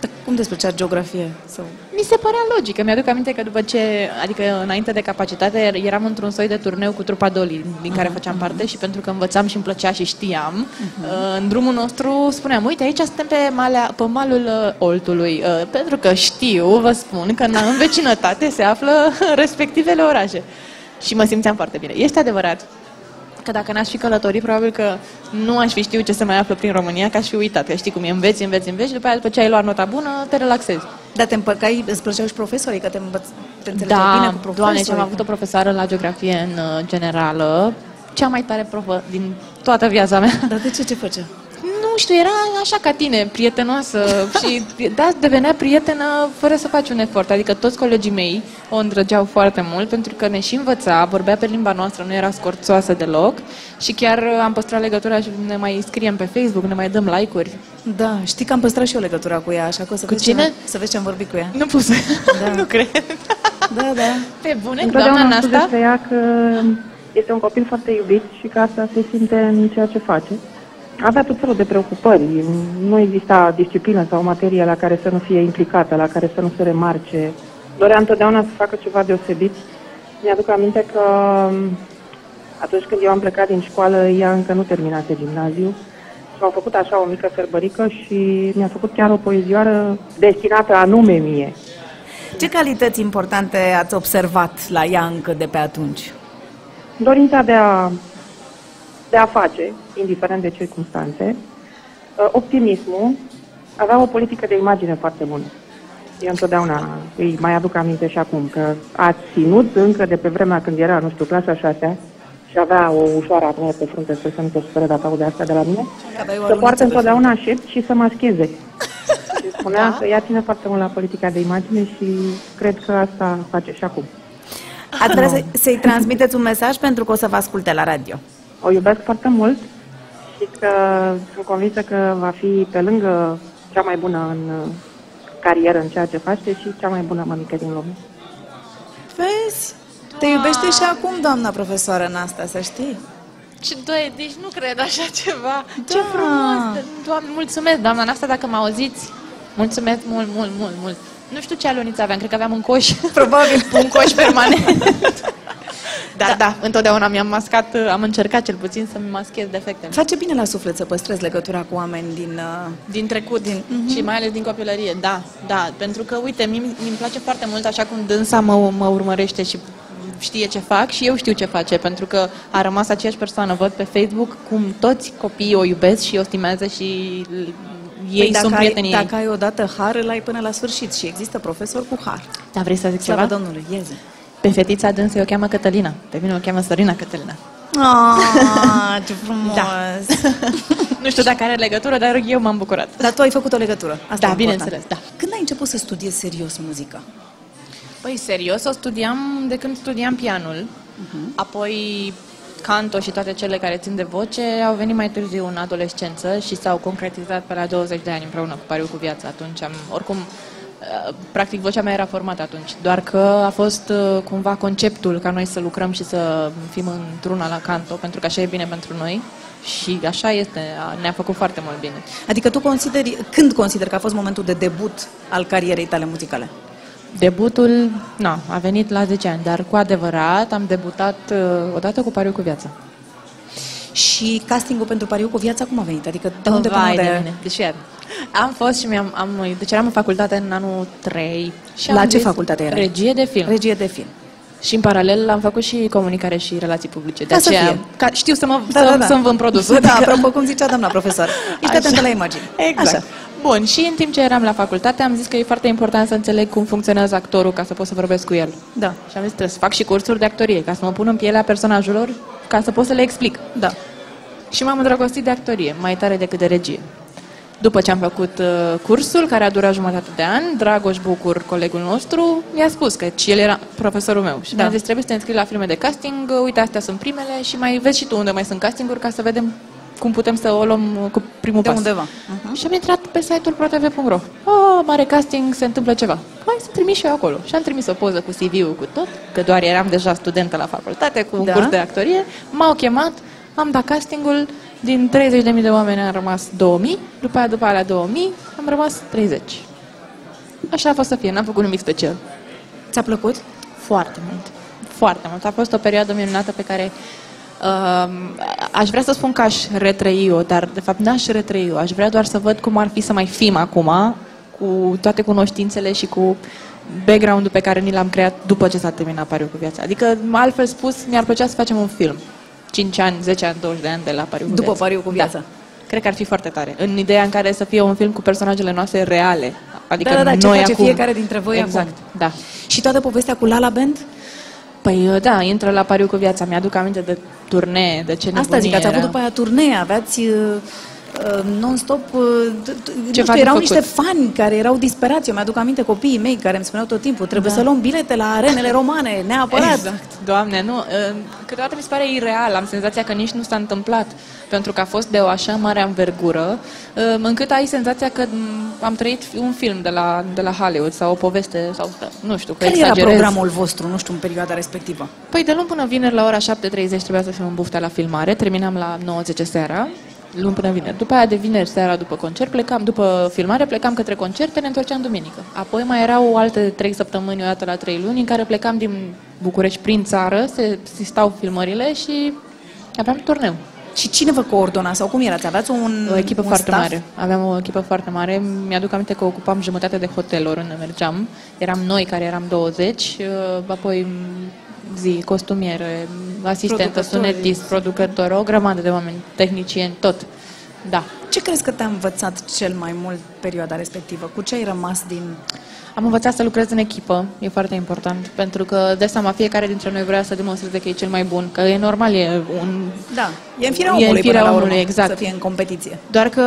[SPEAKER 2] Dar cum te plăcea geografie? Sau...
[SPEAKER 4] Mi se părea logică. Mi-aduc aminte că după ce, adică înainte de capacitate, er- eram într-un soi de turneu cu trupa Doli, din care făceam parte și pentru că învățam și îmi plăcea și știam, uh, în drumul nostru spuneam, uite, aici suntem pe, malea, pe malul uh, Oltului, uh, pentru că știu, vă spun, că în, în vecinătate se află respectivele orașe. Și mă simțeam foarte bine. Este adevărat că dacă n-aș fi călătorit, probabil că nu aș fi știut ce se mai află prin România, că aș fi uitat, că știi cum e, înveți, înveți, înveți, după aia după ce ai luat nota bună, te relaxezi.
[SPEAKER 2] Dar te împăcai, îți plăceau și profesorii, că te, învăț... te înțelegeai
[SPEAKER 4] Da,
[SPEAKER 2] bine cu profesorii.
[SPEAKER 4] doamne, ce am avut o profesoară la geografie în uh, generală, cea mai tare profă din toată viața mea.
[SPEAKER 2] Dar de ce ce făcea?
[SPEAKER 4] Nu știu, era așa ca tine, prietenoasă și da, devenea prietenă fără să faci un efort. Adică toți colegii mei o îndrăgeau foarte mult pentru că ne și învăța, vorbea pe limba noastră, nu era scorțoasă deloc și chiar uh, am păstrat legătura și ne mai scriem pe Facebook, ne mai dăm like-uri.
[SPEAKER 2] Da, știi că am păstrat și eu legătura cu ea, așa că o să
[SPEAKER 4] Cu
[SPEAKER 2] vezi
[SPEAKER 4] cine?
[SPEAKER 2] Ce, să vezi ce am vorbit cu ea.
[SPEAKER 4] Nu pus,
[SPEAKER 2] Da.
[SPEAKER 4] da. nu cred.
[SPEAKER 2] Da, da.
[SPEAKER 4] Pe bune, cu
[SPEAKER 9] Întotdeauna
[SPEAKER 4] doamna
[SPEAKER 9] am spus
[SPEAKER 4] Nasta?
[SPEAKER 9] despre ea că este un copil foarte iubit și că asta se simte în ceea ce face. Avea tot felul de preocupări. Nu exista disciplină sau materie la care să nu fie implicată, la care să nu se remarce. Dorea întotdeauna să facă ceva deosebit. Mi-aduc aminte că um, atunci când eu am plecat din școală, ea încă nu terminase gimnaziu. Și m-am făcut așa o mică sărbărică și mi-a făcut chiar o poezioară destinată anume mie.
[SPEAKER 2] Ce calități importante ați observat la ea încă de pe atunci?
[SPEAKER 9] dorința de a, de a face, indiferent de circunstanțe, uh, optimismul, avea o politică de imagine foarte bună. Eu întotdeauna îi mai aduc aminte și acum că a ținut încă de pe vremea când era, nu știu, clasa 6 și avea o ușoară apnee pe frunte, sper să nu te supere dacă aude asta de la mine,
[SPEAKER 2] aveai o
[SPEAKER 9] să
[SPEAKER 2] aluniță pe
[SPEAKER 9] poartă întotdeauna șept și să mascheze. Și spunea
[SPEAKER 4] Da.
[SPEAKER 9] că ea ține foarte mult la politica de imagine și cred că asta face și acum.
[SPEAKER 10] Ați vrea să- să-i transmiteți un mesaj pentru că o să vă asculte la radio.
[SPEAKER 9] O iubesc foarte mult și că sunt convinsă că va fi pe lângă cea mai bună în uh, carieră în ceea ce face și cea mai bună mămică din lume.
[SPEAKER 2] Vezi? Te iubește și acum, doamna profesoară, în asta, să știi.
[SPEAKER 4] Ce doi, deci nu cred așa ceva. Ce frumos! Doamne, mulțumesc, doamna Nasta, dacă mă auziți. Mulțumesc mult, mult, mult, mult. Nu știu ce aluniță aveam, cred că aveam un coș. Probabil. un coș permanent. Dar da. da, întotdeauna mi-am mascat, am încercat cel puțin să-mi maschez defectele.
[SPEAKER 2] Face bine la suflet să păstrezi legătura cu oameni din... uh,
[SPEAKER 4] Din trecut din,
[SPEAKER 2] Mhm.
[SPEAKER 4] și mai ales din copilărie, da, da, pentru că, uite, mi- mi-mi place foarte mult așa cum dânsa mă, mă urmărește și știe ce fac și eu știu ce face, pentru că a rămas aceeași persoană. Văd pe Facebook cum toți copiii o iubesc și o stimează și l- ei
[SPEAKER 2] Păi dacă
[SPEAKER 4] sunt
[SPEAKER 2] ai-
[SPEAKER 4] prietenii ei.
[SPEAKER 2] Dacă ai odată har, îl ai până la sfârșit și există profesor cu har.
[SPEAKER 4] Dar vrei să zic
[SPEAKER 2] Ceva?
[SPEAKER 4] ceva?
[SPEAKER 2] Domnului, ieze.
[SPEAKER 4] Pe fetița dânsă o cheamă Cătălina, pe mine o cheamă Sorina Cătălina.
[SPEAKER 10] Ah, ce frumos! Da.
[SPEAKER 4] nu știu dacă are legătură, dar eu m-am bucurat.
[SPEAKER 2] Dar tu ai făcut o legătură. Asta
[SPEAKER 4] Da,
[SPEAKER 2] e important.
[SPEAKER 4] bineînțeles, da.
[SPEAKER 2] Când ai început să studiezi serios muzica?
[SPEAKER 4] Păi, serios, o studiam de când studiam pianul, uh-huh. apoi canto și toate cele care țin de voce au venit mai târziu în adolescență și s-au concretizat pe la 20 de ani împreună cu Pariu cu Viața. Atunci am, oricum, uh, practic vocea mea era formată atunci, doar că a fost uh, cumva conceptul ca noi să lucrăm și să fim într-una la canto, pentru că așa e bine pentru noi și așa este, a- ne-a făcut foarte mult bine.
[SPEAKER 2] Adică tu consideri, când consideri că a fost momentul de debut al carierei tale muzicale?
[SPEAKER 4] Debutul, na, a venit la 10 ani, dar cu adevărat am debutat uh, odată cu Pariu cu Viața.
[SPEAKER 2] Și castingul pentru pariu cu viața cum a venit? Adică de unde până
[SPEAKER 4] Vai
[SPEAKER 2] unde?
[SPEAKER 4] de mine. Deci, iar, am fost și mi-am, am, deci eram în facultate în anul 3. Și
[SPEAKER 2] La
[SPEAKER 4] am
[SPEAKER 2] ce
[SPEAKER 4] zis-
[SPEAKER 2] facultate erai?
[SPEAKER 4] Regie de film.
[SPEAKER 2] Regie de film.
[SPEAKER 4] și în paralel am făcut și comunicare și relații publice. De
[SPEAKER 2] Ca să
[SPEAKER 4] aceea,
[SPEAKER 2] fie.
[SPEAKER 4] ca, știu să mă,
[SPEAKER 2] Da,
[SPEAKER 4] să,
[SPEAKER 2] da, da.
[SPEAKER 4] să-mi vând produsul.
[SPEAKER 2] Da, apropo, cum zicea doamna profesor, ești
[SPEAKER 4] Așa.
[SPEAKER 2] atentă la imagini.
[SPEAKER 4] Exact.
[SPEAKER 2] Așa.
[SPEAKER 4] Bun, și în timp ce eram la facultate am zis că e foarte important să înțeleg cum funcționează actorul ca să pot să vorbesc cu el. Da. Și am zis trebuie să fac și cursuri de actorie ca să mă pun în pielea personajelor ca să pot să le explic. Da. Și m-am îndrăgostit de actorie, mai tare decât de regie. După ce am făcut uh, cursul, care a durat jumătate de an, Dragoș Bucur, colegul nostru, mi-a spus că și el era profesorul meu. Și
[SPEAKER 11] Da.
[SPEAKER 4] da. mi-a zis, trebuie să te înscrii la filme de casting, uh, uite, astea sunt primele și mai vezi și tu unde mai sunt castinguri ca să vedem cum putem să o luăm uh, cu primul
[SPEAKER 2] De
[SPEAKER 4] pas. Uh-huh.
[SPEAKER 2] undeva. Uh-huh.
[SPEAKER 4] Și am intrat pe site-ul protv.ro. Oh, mare casting, se întâmplă ceva. Hai să trimis și eu acolo. Și am trimis o poză cu CV-ul cu tot, că doar eram deja studentă la facultate cu un
[SPEAKER 11] Da.
[SPEAKER 4] curs de actorie. M-au chemat, am dat castingul, din 30.000 de oameni am rămas 2000, după aia după aia la 2000 am rămas 30. Așa a fost să fie, n-am făcut nimic special. Ți-a plăcut? Foarte mult. Foarte mult. A fost o perioadă minunată pe care uh, aș vrea să spun că aș retrăi-o, dar de fapt n-aș retrăi-o. Aș vrea doar să văd cum ar fi să mai fim acum, cu toate cunoștințele și cu background-ul pe care ni l-am creat după ce s-a terminat pariul cu viața. Adică, altfel spus, mi-ar plăcea să facem un film. 5 ani, 10 ani, 20 de ani de la pariul cu
[SPEAKER 2] După
[SPEAKER 4] viața.
[SPEAKER 2] Pariul cu viața.
[SPEAKER 4] Da. Cred că ar fi foarte tare. În ideea în care să fie un film cu personajele noastre reale. Adică
[SPEAKER 2] da, da, da,
[SPEAKER 4] noi
[SPEAKER 2] ce face
[SPEAKER 4] acum.
[SPEAKER 2] fiecare dintre voi
[SPEAKER 4] exact,
[SPEAKER 2] acum.
[SPEAKER 4] da. Și toată povestea cu Lala Band? Păi da, intră la pariu cu viața. Mi-aduc aminte de turnee, de ce
[SPEAKER 2] Asta zic, ați
[SPEAKER 4] era.
[SPEAKER 2] avut după aia turnee, aveați uh, uh, non-stop, uh, d- d- nu
[SPEAKER 4] Ceva
[SPEAKER 2] știu,
[SPEAKER 4] de
[SPEAKER 2] erau
[SPEAKER 4] făcut.
[SPEAKER 2] niște fani care erau disperați. Eu mi-aduc aminte copiii mei care îmi spuneau tot timpul, trebuie
[SPEAKER 4] Da.
[SPEAKER 2] să luăm bilete la arenele romane, neapărat.
[SPEAKER 4] Exact, doamne, nu. uh, Câteodată mi se pare ireal, am senzația că nici nu s-a întâmplat, pentru că a fost de o așa mare învergură, uh, încât ai senzația că mm, am trăit un film de la, de la Hollywood sau o poveste, sau nu știu, că
[SPEAKER 2] Care era
[SPEAKER 4] exagerez.
[SPEAKER 2] programul vostru, nu știu, în perioada respectivă?
[SPEAKER 4] Păi de luni până vineri la ora 7.30 trebuia să fim în bufta la filmare, terminam la 9.10 seara, luni până vineri. După aia de vineri seara după concert plecam, după filmare plecam către concerte, ne întorceam duminică. Apoi mai erau alte 3 săptămâni, o dată la 3 luni, în care plecam din București prin țară, se, se stau filmările și aveam turneu.
[SPEAKER 2] Și cine vă coordona sau cum erați? Aveați un
[SPEAKER 4] O echipă
[SPEAKER 2] Mm, un
[SPEAKER 4] foarte
[SPEAKER 2] staff?
[SPEAKER 4] mare. Aveam o echipă foarte mare. Mi-aduc aminte că ocupam jumătate de hoteluri unde mergeam. Eram noi care eram 20, uh, apoi m, zi, costumiere, asistentă,
[SPEAKER 2] Producători.
[SPEAKER 4] sunetist, producător, o grămadă de oameni, tehnicieni, tot. Da.
[SPEAKER 2] Ce crezi că te-a învățat cel mai mult perioada respectivă? Cu ce ai rămas din...
[SPEAKER 4] Am învățat să lucrez în echipă, e foarte important, pentru că de seama fiecare dintre noi vrea să demonstreze că e cel mai bun, că e normal, e un
[SPEAKER 2] Da, e în firea
[SPEAKER 4] E în
[SPEAKER 2] omului,
[SPEAKER 4] firea
[SPEAKER 2] până la
[SPEAKER 4] omului,
[SPEAKER 2] urmă,
[SPEAKER 4] exact.
[SPEAKER 2] să fie în competiție.
[SPEAKER 4] Doar că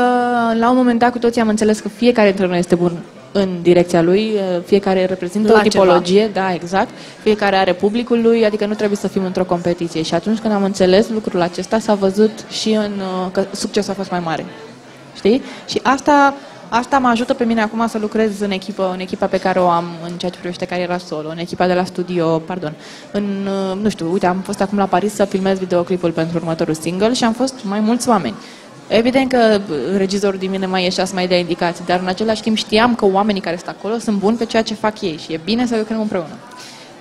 [SPEAKER 4] la un moment dat cu toții am înțeles că fiecare dintre noi este bun în direcția lui, fiecare reprezintă
[SPEAKER 2] La
[SPEAKER 4] o
[SPEAKER 2] ceva.
[SPEAKER 4] tipologie, da, exact, fiecare are publicul lui, adică nu trebuie să fim într-o competiție. Și atunci când am înțeles lucrul acesta, s-a văzut și în uh, că succesul a fost mai mare. Știi? Și asta, asta mă ajută pe mine acum să lucrez în echipă, în echipa pe care o am în ceea ce privește cariera solo, în echipa de la studio, pardon. În, uh, nu știu, uite, am fost acum la Paris să filmez videoclipul pentru următorul single și am fost mai mulți oameni. Evident că bă, regizorul din mine mai ieșea să mai dea indicații, dar în același timp știam că oamenii care sunt acolo sunt buni pe ceea ce fac ei și e bine să lucrăm împreună.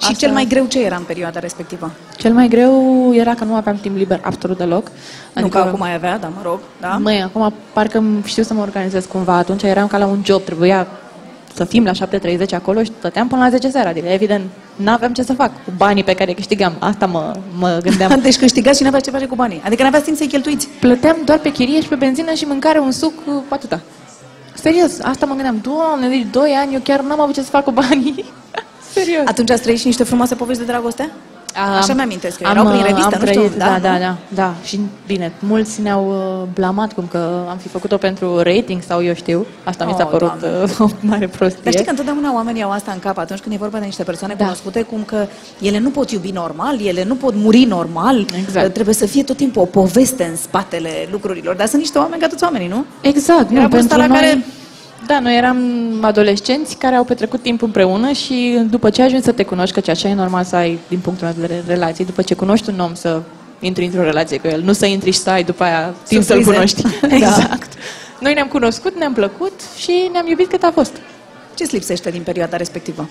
[SPEAKER 2] Și cel mai greu ce era în perioada respectivă?
[SPEAKER 4] Cel mai greu era că nu aveam timp liber absolut deloc.
[SPEAKER 2] Adică... Nu că acum mai avea, dar mă rog, da?
[SPEAKER 4] Măi, acum parcă îmi știu să mă organizez cumva. Atunci eram ca la un job, trebuia să fim la 7.30 acolo și stăteam până la 10 seara. Adică, evident, n-aveam ce să fac cu banii pe care îi câștigam. Asta mă, mă gândeam.
[SPEAKER 2] Deci câștigați și n-aveați ce face cu banii. Adică n-aveați timp să-i cheltuiți.
[SPEAKER 4] Plăteam doar pe chirie și pe benzină și mâncare, un suc, uh, atâta. Serios, asta mă gândeam. Doamne, deci 2 ani eu chiar n-am avut ce să fac cu banii. Serios.
[SPEAKER 2] Atunci ați trăit și niște frumoase povești de dragoste? Așa mi-amintesc, eu
[SPEAKER 4] Am-
[SPEAKER 2] erau prin revistă,
[SPEAKER 4] am
[SPEAKER 2] nu știu,
[SPEAKER 4] trăit, da, da,
[SPEAKER 2] nu?
[SPEAKER 4] da, da. Și bine, mulți ne-au uh, blamat cum că am fi făcut-o pentru rating sau eu știu. Asta mi s-a
[SPEAKER 2] Oh,
[SPEAKER 4] părut
[SPEAKER 2] Doamne.
[SPEAKER 4] uh, o mare prostie.
[SPEAKER 2] Dar știi că întotdeauna oamenii au asta în cap atunci când e vorba de niște persoane da. cunoscute, cum că ele nu pot iubi normal, ele nu pot muri normal, exact. trebuie să fie tot timpul o poveste în spatele lucrurilor. Dar sunt niște oameni ca toți oamenii, nu?
[SPEAKER 4] Exact,
[SPEAKER 2] Era
[SPEAKER 4] nu,
[SPEAKER 2] vârsta
[SPEAKER 4] pentru
[SPEAKER 2] la
[SPEAKER 4] noi...
[SPEAKER 2] care-
[SPEAKER 4] Da, noi eram adolescenți care au petrecut timp împreună și după ce ajungi să te cunoști, că așa e normal să ai din punctul meu de vedere relații, după ce cunoști un om să intri într-o relație cu el, nu să intri și să ai după aia timp să-l
[SPEAKER 2] Surprize.
[SPEAKER 4] cunoști.
[SPEAKER 2] Da.
[SPEAKER 4] Exact. Noi ne-am cunoscut, ne-am plăcut și ne-am iubit cât a fost.
[SPEAKER 2] Ce-ți lipsește din perioada respectivă?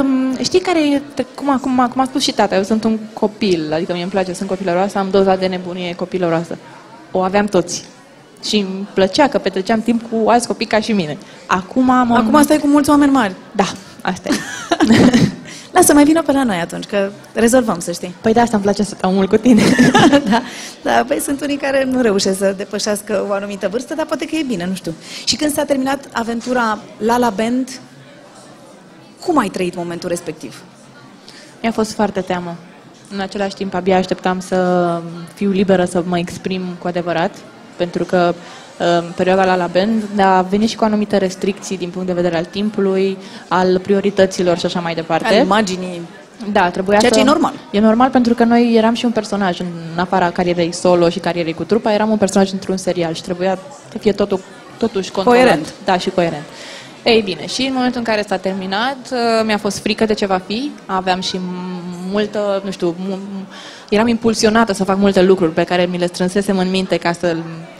[SPEAKER 4] Um, știi care e, te- cum, a- cum, a- cum a spus și tata, eu sunt un copil, adică mie îmi place, sunt copilăroasă, am doza de nebunie copilăroasă. O aveam toți. Și îmi plăcea că petreceam timp cu alți copii ca și mine. Acum am...
[SPEAKER 2] Acum stai cu mulți oameni mari.
[SPEAKER 4] Da, asta e.
[SPEAKER 2] Lasă, mai vină pe la noi atunci, că rezolvăm, să știi.
[SPEAKER 4] Păi de asta îmi place să stau mult cu tine.
[SPEAKER 2] da, da, păi sunt unii care nu reușesc să depășească o anumită vârstă, dar poate că e bine, nu știu. Și când s-a terminat aventura La La Band, cum ai trăit momentul respectiv?
[SPEAKER 4] Mi-a fost foarte teamă. În același timp, abia așteptam să fiu liberă să mă exprim cu adevărat, pentru că în perioada la la band, dar a venit și cu anumite restricții din punct de vedere al timpului, al priorităților și așa mai departe.
[SPEAKER 2] Al imaginii.
[SPEAKER 4] Da, trebuia
[SPEAKER 2] Ceea
[SPEAKER 4] să...
[SPEAKER 2] ce e normal.
[SPEAKER 4] E normal pentru că noi eram și un personaj în afara carierei solo și carierei cu trupa, eram un personaj într-un serial și trebuia să fie totul, totuși controlat.
[SPEAKER 2] Coerent.
[SPEAKER 4] Da, și coerent. Ei bine, și în momentul în care s-a terminat, uh, mi-a fost frică de ce va fi, aveam și multă, nu știu, mu- eram impulsionată să fac multe lucruri pe care mi le strânsesem în minte ca să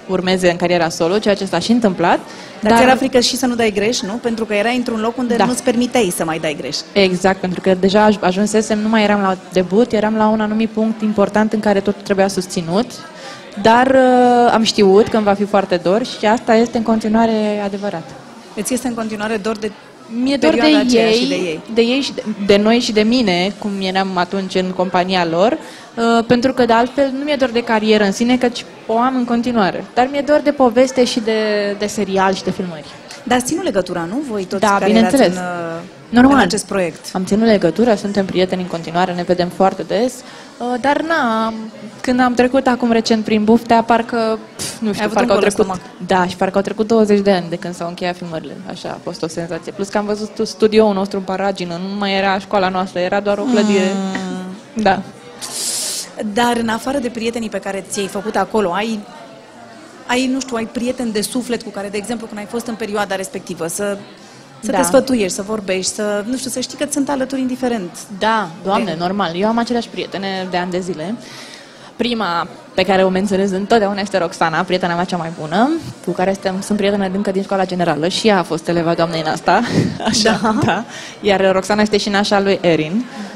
[SPEAKER 4] urmeze în cariera solo, ceea ce s-a și întâmplat.
[SPEAKER 2] Dar, dar era frică și să nu dai greș, nu? Pentru că erai într-un loc unde da.
[SPEAKER 4] Da.
[SPEAKER 2] nu-ți permiteai să mai dai greș.
[SPEAKER 4] Exact, pentru că deja aj- ajunsesem, nu mai eram la debut, eram la un anumit punct important în care tot trebuia susținut, dar uh, am știut că îmi va fi foarte dor și asta este în continuare adevărat.
[SPEAKER 2] Îți este în continuare dor de
[SPEAKER 4] Mi-e dor de
[SPEAKER 2] perioada aceea
[SPEAKER 4] ei,
[SPEAKER 2] și de ei.
[SPEAKER 4] de ei și de, de noi și de mine, cum eram atunci în compania lor, uh, pentru că de altfel nu mi-e dor de carieră în sine, căci o am în continuare, dar mi-e dor de poveste și de, de serial și de filmări.
[SPEAKER 2] Dar ținu legătura, nu? Voi toți
[SPEAKER 4] Da,
[SPEAKER 2] care
[SPEAKER 4] bineînțeles.
[SPEAKER 2] erați în, uh,
[SPEAKER 4] Normal.
[SPEAKER 2] în acest proiect.
[SPEAKER 4] Am ținut legătura, suntem prieteni în continuare, ne vedem foarte des, uh, dar na, când am trecut acum recent prin buftea, parcă, pf, nu știu,
[SPEAKER 2] avut
[SPEAKER 4] parcă
[SPEAKER 2] un
[SPEAKER 4] au
[SPEAKER 2] gol în
[SPEAKER 4] trecut, da, și parcă au trecut 20 de ani de când s-au încheiat filmările, așa a fost o senzație. Plus că am văzut studioul nostru în Paragină, nu mai era școala noastră, era doar o clădire.
[SPEAKER 2] Ah.
[SPEAKER 4] Da.
[SPEAKER 2] Dar în afară de prietenii pe care ți-ai făcut acolo, ai, ai, nu știu, ai prieteni de suflet cu care, de exemplu, când ai fost în perioada respectivă, să, să
[SPEAKER 4] Da.
[SPEAKER 2] te sfătuiești, să vorbești, să, nu știu, să știi că ți sunt alături indiferent.
[SPEAKER 4] Da, doamne,
[SPEAKER 2] De-
[SPEAKER 4] normal. Eu am aceleași prietene de ani de zile. Prima pe care o menționez întotdeauna este Roxana, prietena mea cea mai bună, cu care suntem, sunt prietene încă din școala generală și ea a fost eleva doamnei în asta. Așa, da. da. Iar Roxana este și nașa lui Erin.
[SPEAKER 2] Mhm.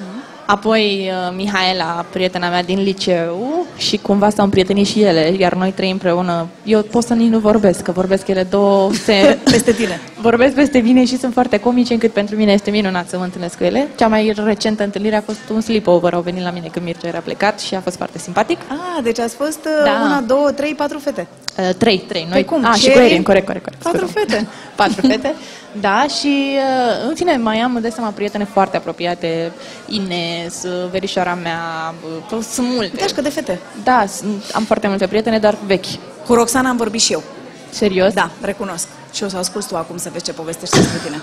[SPEAKER 4] Apoi uh, Mihaela, prietena mea din liceu și cumva s-au împrietenit și ele, iar noi trei împreună. Eu pot să nici nu vorbesc, că vorbesc ele două, se,
[SPEAKER 2] Peste tine.
[SPEAKER 4] Vorbesc peste mine și sunt foarte comice, încât pentru mine este minunat să mă întâlnesc cu ele. Cea mai recentă întâlnire a fost un sleepover, au venit la mine când Mircea era plecat și a fost foarte simpatic.
[SPEAKER 2] Ah, deci ați fost uh,
[SPEAKER 4] Da.
[SPEAKER 2] una, două, trei, patru fete.
[SPEAKER 4] Uh, trei, trei. Noi,
[SPEAKER 2] Păi cum,
[SPEAKER 4] A, și cu
[SPEAKER 2] Cherry?
[SPEAKER 4] Erin, corect, corect, corect.
[SPEAKER 2] Patru
[SPEAKER 4] scuze-mă.
[SPEAKER 2] fete.
[SPEAKER 4] Patru fete, da, și uh, în fine mai am de seama prietene foarte apropiate, Ines, uh, verișoara mea, uh, sunt multe.
[SPEAKER 2] Uitați că de fete.
[SPEAKER 4] Da, sunt, am foarte multe prietene, dar vechi.
[SPEAKER 2] Cu Roxana am vorbit și eu.
[SPEAKER 4] Serios?
[SPEAKER 2] Da, recunosc. Și o să ascult tu acum să vezi ce povestești despre tine.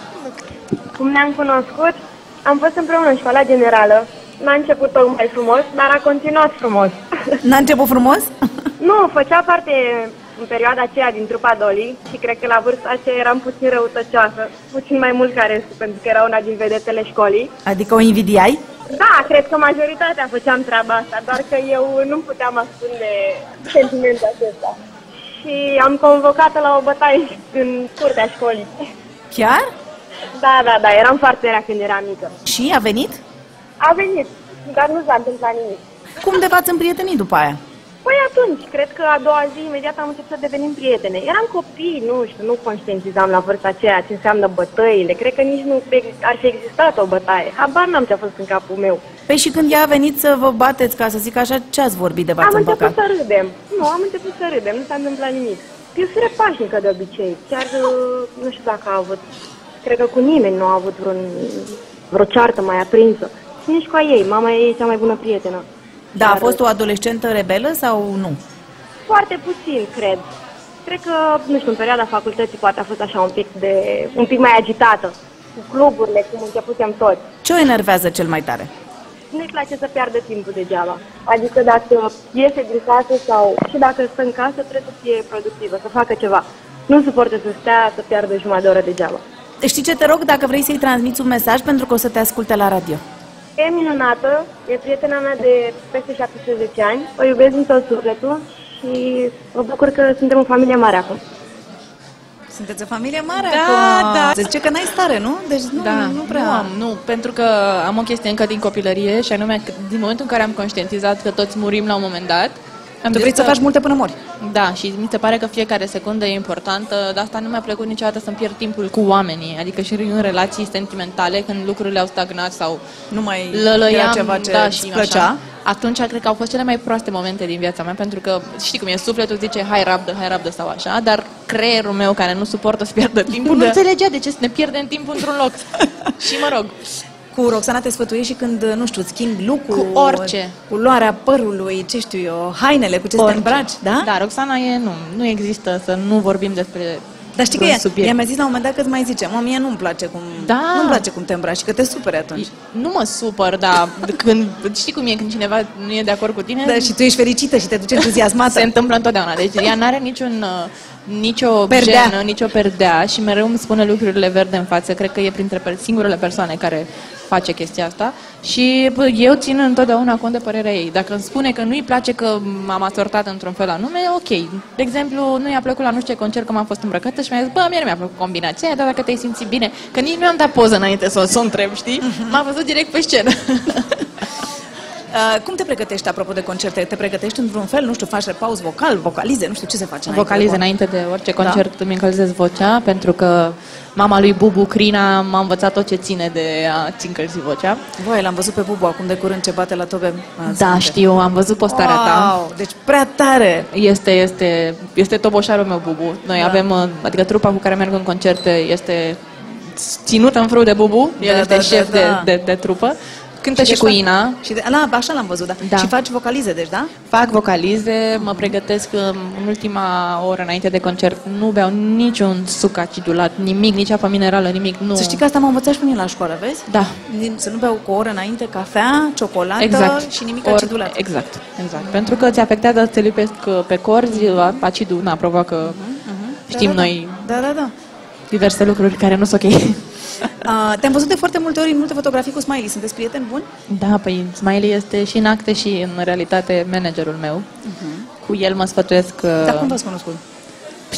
[SPEAKER 11] Cum ne-am cunoscut, am fost împreună în școala generală. N-a început tocmai frumos, dar a continuat frumos.
[SPEAKER 10] N-a început frumos?
[SPEAKER 11] nu, făcea parte în perioada aceea din trupa Dolly și cred că la vârsta aceea eram puțin răutăcioasă, puțin mai mult ca restul, pentru că era una din vedetele școlii.
[SPEAKER 10] Adică o invidiai?
[SPEAKER 11] Da, cred că majoritatea făceam treaba asta, doar că eu nu puteam ascunde sentimentul acesta. Și am convocat la o bătaie în curtea școlii.
[SPEAKER 10] Chiar?
[SPEAKER 11] Da, da, da, eram foarte rea când eram mică.
[SPEAKER 10] Și a venit?
[SPEAKER 11] A venit, dar nu s-a întâmplat nimic.
[SPEAKER 10] Cum de v-ați împrietenit după aia?
[SPEAKER 11] Păi atunci, cred că a doua zi, imediat am început să devenim prietene. Eram copii, nu știu, nu conștientizam la vârsta aceea ce înseamnă bătăile. Cred că nici nu ex- ar fi existat o bătaie. Habar n-am ce a fost în capul meu.
[SPEAKER 10] Păi și când ea a venit să vă bateți, ca să zic așa, ce ați vorbit de
[SPEAKER 11] am
[SPEAKER 10] v-ați
[SPEAKER 11] început
[SPEAKER 10] împăcat?
[SPEAKER 11] să râdem. Nu, am început să râdem, nu s-a întâmplat nimic. Eu sunt repașnică de obicei. Chiar uh, nu știu dacă a avut... Cred că cu nimeni nu a avut vreun, vreo ceartă mai aprinsă. Și nici cu a ei. Mama ei e cea mai bună prietenă.
[SPEAKER 10] Da, a fost o adolescentă rebelă sau nu?
[SPEAKER 11] Foarte puțin, cred. Cred că, nu știu, în perioada facultății poate a fost așa un pic, de, un pic mai agitată. Cu cluburile, cum începusem toți.
[SPEAKER 10] Ce o enervează cel mai tare?
[SPEAKER 11] Nu-i place să piardă timpul degeaba. Adică dacă iese din casă sau și dacă stă în casă, trebuie să fie productivă, să facă ceva. Nu suportă să stea, să piardă jumătate de oră degeaba.
[SPEAKER 10] Deci Știi ce te rog dacă vrei să-i transmiți un mesaj pentru că o să te asculte la radio?
[SPEAKER 11] E minunată, e prietena mea de peste 17 ani. O iubesc din tot sufletul și mă bucur că suntem o familie mare acum.
[SPEAKER 2] Sunteți o familie mare
[SPEAKER 4] Da,
[SPEAKER 2] acum.
[SPEAKER 4] da.
[SPEAKER 2] Se zice că n-ai stare, nu? Deci nu,
[SPEAKER 4] da,
[SPEAKER 2] nu prea
[SPEAKER 4] nu am, nu, pentru că am o chestie încă din copilărie și anume că din momentul în care am conștientizat că toți murim la un moment dat,
[SPEAKER 2] tu vrei să faci multe până mori.
[SPEAKER 4] Da, și mi se pare că fiecare secundă e importantă, dar asta nu mi-a plăcut niciodată să-mi pierd timpul cu oamenii, adică și în relații sentimentale, când lucrurile au stagnat sau
[SPEAKER 2] nu mai
[SPEAKER 4] lălăiam,
[SPEAKER 2] era ceva ce
[SPEAKER 4] da,
[SPEAKER 2] îți
[SPEAKER 4] și
[SPEAKER 2] plăcea.
[SPEAKER 4] Așa. Atunci cred că au fost cele mai proaste momente din viața mea, pentru că știi cum e, sufletul zice hai rabdă, hai rabdă sau așa, dar creierul meu care nu suportă să pierdă timpul, nu
[SPEAKER 2] Da.
[SPEAKER 4] înțelegea de ce să ne pierdem timpul într-un loc. și mă rog,
[SPEAKER 2] Cu Roxana te sfătuiești și când, nu știu, îți schimbi lucrul,
[SPEAKER 4] Cu orice.
[SPEAKER 2] culoarea părului, ce știu eu, hainele, cu ce să te
[SPEAKER 4] Orice.
[SPEAKER 2] îmbraci, da?
[SPEAKER 4] Da, Roxana e, nu, nu există să nu vorbim despre
[SPEAKER 2] Dar știi că
[SPEAKER 4] vreun
[SPEAKER 2] ea,
[SPEAKER 4] subiect.
[SPEAKER 2] ea mi-a zis la un moment dat că îți mai zice, mă, mie nu-mi place cum,
[SPEAKER 4] Da.
[SPEAKER 2] nu-mi place cum te îmbraci și că te supere atunci.
[SPEAKER 4] Nu mă supăr, dar când, știi cum e când cineva nu e de acord cu tine?
[SPEAKER 2] Da, și tu ești fericită și te duci entuziasmată.
[SPEAKER 4] Se întâmplă întotdeauna. Deci ea n-are niciun, uh, nicio
[SPEAKER 2] Perdea.
[SPEAKER 4] genă, nicio perdea și mereu îmi spune lucrurile verde în față. Cred că e printre per- singurele persoane care face chestia asta și bă, eu țin întotdeauna cont de părerea ei. Dacă îmi spune că nu-i place că m-am asortat într-un fel anume, ok. De exemplu, nu i-a plăcut la nu știu ce concert că m-am fost îmbrăcată și mi-a zis, bă, mie nu mi-a plăcut combinația aia, dar dacă te-ai simțit bine, că nici nu am dat poză înainte să o să o întreb, știi? M-a văzut direct pe scenă.
[SPEAKER 2] Uh, cum te pregătești, apropo de concerte? Te pregătești într-un fel? Nu știu, faci repaus vocal, vocalize, nu știu ce se face înainte
[SPEAKER 4] vocalize
[SPEAKER 2] de
[SPEAKER 4] înainte de orice concert, da. îmi încălzesc vocea, pentru că mama lui Bubu Crina m-a învățat tot ce ține de a-ți încălzi vocea.
[SPEAKER 2] Voi, l-am văzut pe Bubu acum de curând ce bate la tobe. Azi,
[SPEAKER 4] Da,
[SPEAKER 2] uite.
[SPEAKER 4] știu, am văzut postarea ta.
[SPEAKER 2] Wow, deci prea tare!
[SPEAKER 4] Este, este, este toboșarul meu Bubu. Noi
[SPEAKER 2] Da.
[SPEAKER 4] da. avem, uh, adică trupa cu care merg în concerte este ținută în frâu de Bubu, el
[SPEAKER 2] Da,
[SPEAKER 4] este
[SPEAKER 2] da,
[SPEAKER 4] șef
[SPEAKER 2] da, da.
[SPEAKER 4] De, de, de trupă. Cântă
[SPEAKER 2] Și
[SPEAKER 4] și,
[SPEAKER 2] deci
[SPEAKER 4] cu
[SPEAKER 2] fac-
[SPEAKER 4] Ina.
[SPEAKER 2] Și de, la, așa l-am văzut, da.
[SPEAKER 4] Da.
[SPEAKER 2] Și faci vocalize, deci, da?
[SPEAKER 4] Fac vocalize, mă pregătesc um, în ultima oră înainte de concert. Nu beau niciun suc acidulat, nimic, nici apă minerală, nimic. Nu.
[SPEAKER 2] Să știi că asta m-a învățat și pe mine la școală, vezi?
[SPEAKER 4] Da.
[SPEAKER 2] Din- Să nu beau cu o oră înainte cafea, ciocolată
[SPEAKER 4] Exact.
[SPEAKER 2] și nimic
[SPEAKER 4] Ori-
[SPEAKER 2] acidulat.
[SPEAKER 4] Exact, exact. Pentru că ți afectează, te lipesc uh, pe corzi, uh, acidul, na, provoacă, uh-huh. știm
[SPEAKER 2] Mhm, da, da,
[SPEAKER 4] noi,
[SPEAKER 2] Da, da, da.
[SPEAKER 4] diverse lucruri care nu sunt ok.
[SPEAKER 2] Uh, te-am văzut de foarte multe ori în multe fotografii cu Smiley. Sunteți prieteni buni?
[SPEAKER 4] Da, păi Smiley este și în acte și în realitate managerul meu. Cu el mă sfătuiesc... uh,
[SPEAKER 2] Mhm. Dar cum v-ați cunoscut?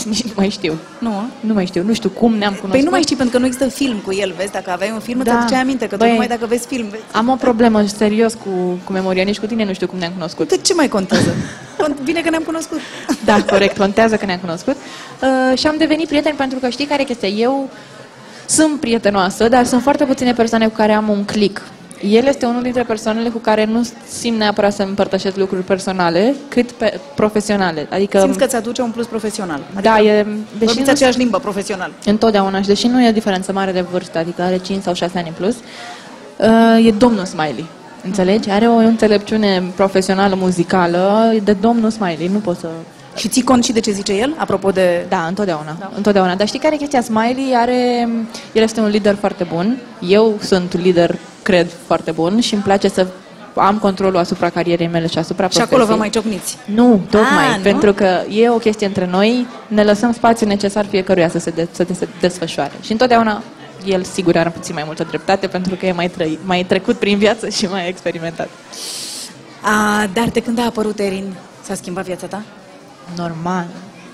[SPEAKER 4] Nici nu mai știu.
[SPEAKER 2] Nu?
[SPEAKER 4] Nu mai știu, nu știu cum ne-am cunoscut.
[SPEAKER 2] Păi nu mai știi, pentru că nu există film cu el, vezi? Dacă aveai un film, da.
[SPEAKER 4] Da.
[SPEAKER 2] te aduceai aminte, că
[SPEAKER 4] Băi,
[SPEAKER 2] tocmai dacă vezi film, vezi.
[SPEAKER 4] Am o problemă serios cu, cu memoria, nici cu tine nu știu cum ne-am cunoscut.
[SPEAKER 2] De ce mai contează? Cont- Bine că ne-am cunoscut.
[SPEAKER 4] Da, corect, contează că ne-am cunoscut. Uh, și am devenit prieteni pentru că știi care e chestia? Eu sunt prietenoasă, dar sunt foarte puține persoane cu care am un click. El este unul dintre persoanele cu care nu simt neapărat să împărtășesc lucruri personale, cât pe profesionale. Adică,
[SPEAKER 2] Simți că ți aduce un plus profesional. Adică
[SPEAKER 4] da, e, deși
[SPEAKER 2] Vorbiți
[SPEAKER 4] nu,
[SPEAKER 2] aceeași limbă profesional.
[SPEAKER 4] întotdeauna, și deși nu e diferență mare de vârstă, adică are 5 sau 6 ani în plus, uh, e domnul Smiley. Înțelegi? Are o înțelepciune profesională, muzicală, de domnul Smiley. Nu pot să
[SPEAKER 2] Și ții cont și de ce zice el, apropo de...
[SPEAKER 4] da, întotdeauna. Da. întotdeauna. Dar știi care e chestia? Smiley are... El este un lider foarte bun. Eu sunt lider, cred, foarte bun și îmi place să am controlul asupra carierei mele și asupra
[SPEAKER 2] Și acolo vă mai ciocniți.
[SPEAKER 4] Nu, tocmai,
[SPEAKER 2] A, nu?
[SPEAKER 4] pentru că e o chestie între noi, ne lăsăm spațiu necesar fiecăruia să se, de- să de- se desfășoare. Și întotdeauna el sigur are puțin mai multă dreptate pentru că e mai, trăi, mai trecut prin viață și mai experimentat.
[SPEAKER 2] A, dar de când a apărut Erin, s-a schimbat viața ta?
[SPEAKER 4] Normal.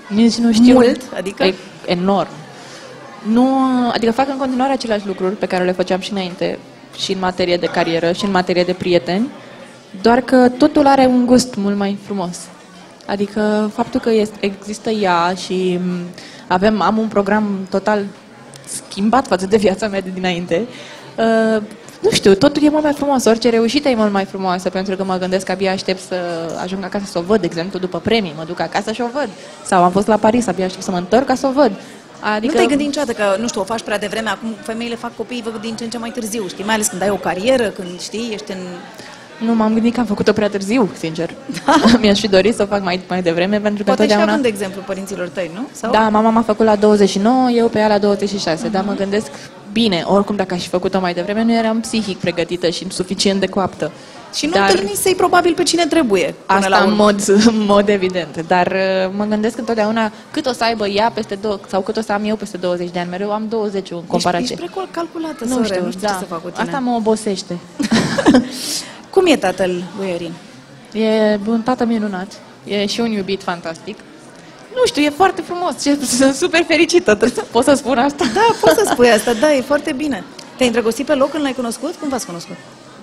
[SPEAKER 4] Nici nu știu.
[SPEAKER 2] Mult? Adică?
[SPEAKER 4] E, enorm. Nu, adică fac în continuare aceleași lucruri pe care le făceam și înainte, și în materie de carieră, și în materie de prieteni, doar că totul are un gust mult mai frumos. Adică faptul că este, există ea și mm, m, avem, am un program total schimbat față de viața mea de dinainte, uh, nu știu, totul e mult mai frumos, orice reușită e mult mai frumoasă, pentru că mă gândesc că abia aștept să ajung acasă să o văd, de exemplu, după premii, mă duc acasă și o văd. Sau am fost la Paris, abia aștept să mă întorc ca să o văd. Adică...
[SPEAKER 2] Nu te-ai gândit niciodată că, nu știu, o faci prea devreme, acum femeile fac copii văd din ce în ce mai târziu, știi? Mai ales când ai o carieră, când știi, ești în...
[SPEAKER 4] Nu m-am gândit că am făcut-o prea târziu, sincer. Mi-aș fi dorit să o fac mai, mai devreme, pentru că
[SPEAKER 2] Da. Poate și
[SPEAKER 4] întotdeauna...
[SPEAKER 2] având de exemplu părinților tăi, nu? Sau?
[SPEAKER 4] Da, mama m-a făcut la 29, eu pe ea la 26, dar mă gândesc bine, oricum dacă aș fi făcut-o mai devreme, nu eram psihic pregătită și suficient de coaptă.
[SPEAKER 2] Și nu
[SPEAKER 4] Dar-
[SPEAKER 2] întâlnisei probabil pe cine trebuie. Până
[SPEAKER 4] Asta
[SPEAKER 2] la
[SPEAKER 4] în
[SPEAKER 2] urmă.
[SPEAKER 4] mod, în mod evident, dar uh, mă gândesc întotdeauna cât o să aibă ea peste două, sau cât o să am eu peste 20 de ani, mereu am 20 în comparație.
[SPEAKER 2] Ești, ești precalculată, nu știu, nu știu
[SPEAKER 4] da.
[SPEAKER 2] ce să fac cu tine.
[SPEAKER 4] Asta mă obosește.
[SPEAKER 2] Cum e tatăl lui Erin?
[SPEAKER 4] E un tată minunat, e și un iubit fantastic. Nu știu, e foarte frumos, ce, sunt super fericită, trebuie să- pot să spun asta?
[SPEAKER 2] Da, poți să spui asta, da, e foarte bine. Te-ai îndrăgostit pe loc când l-ai cunoscut? Cum v-ați cunoscut?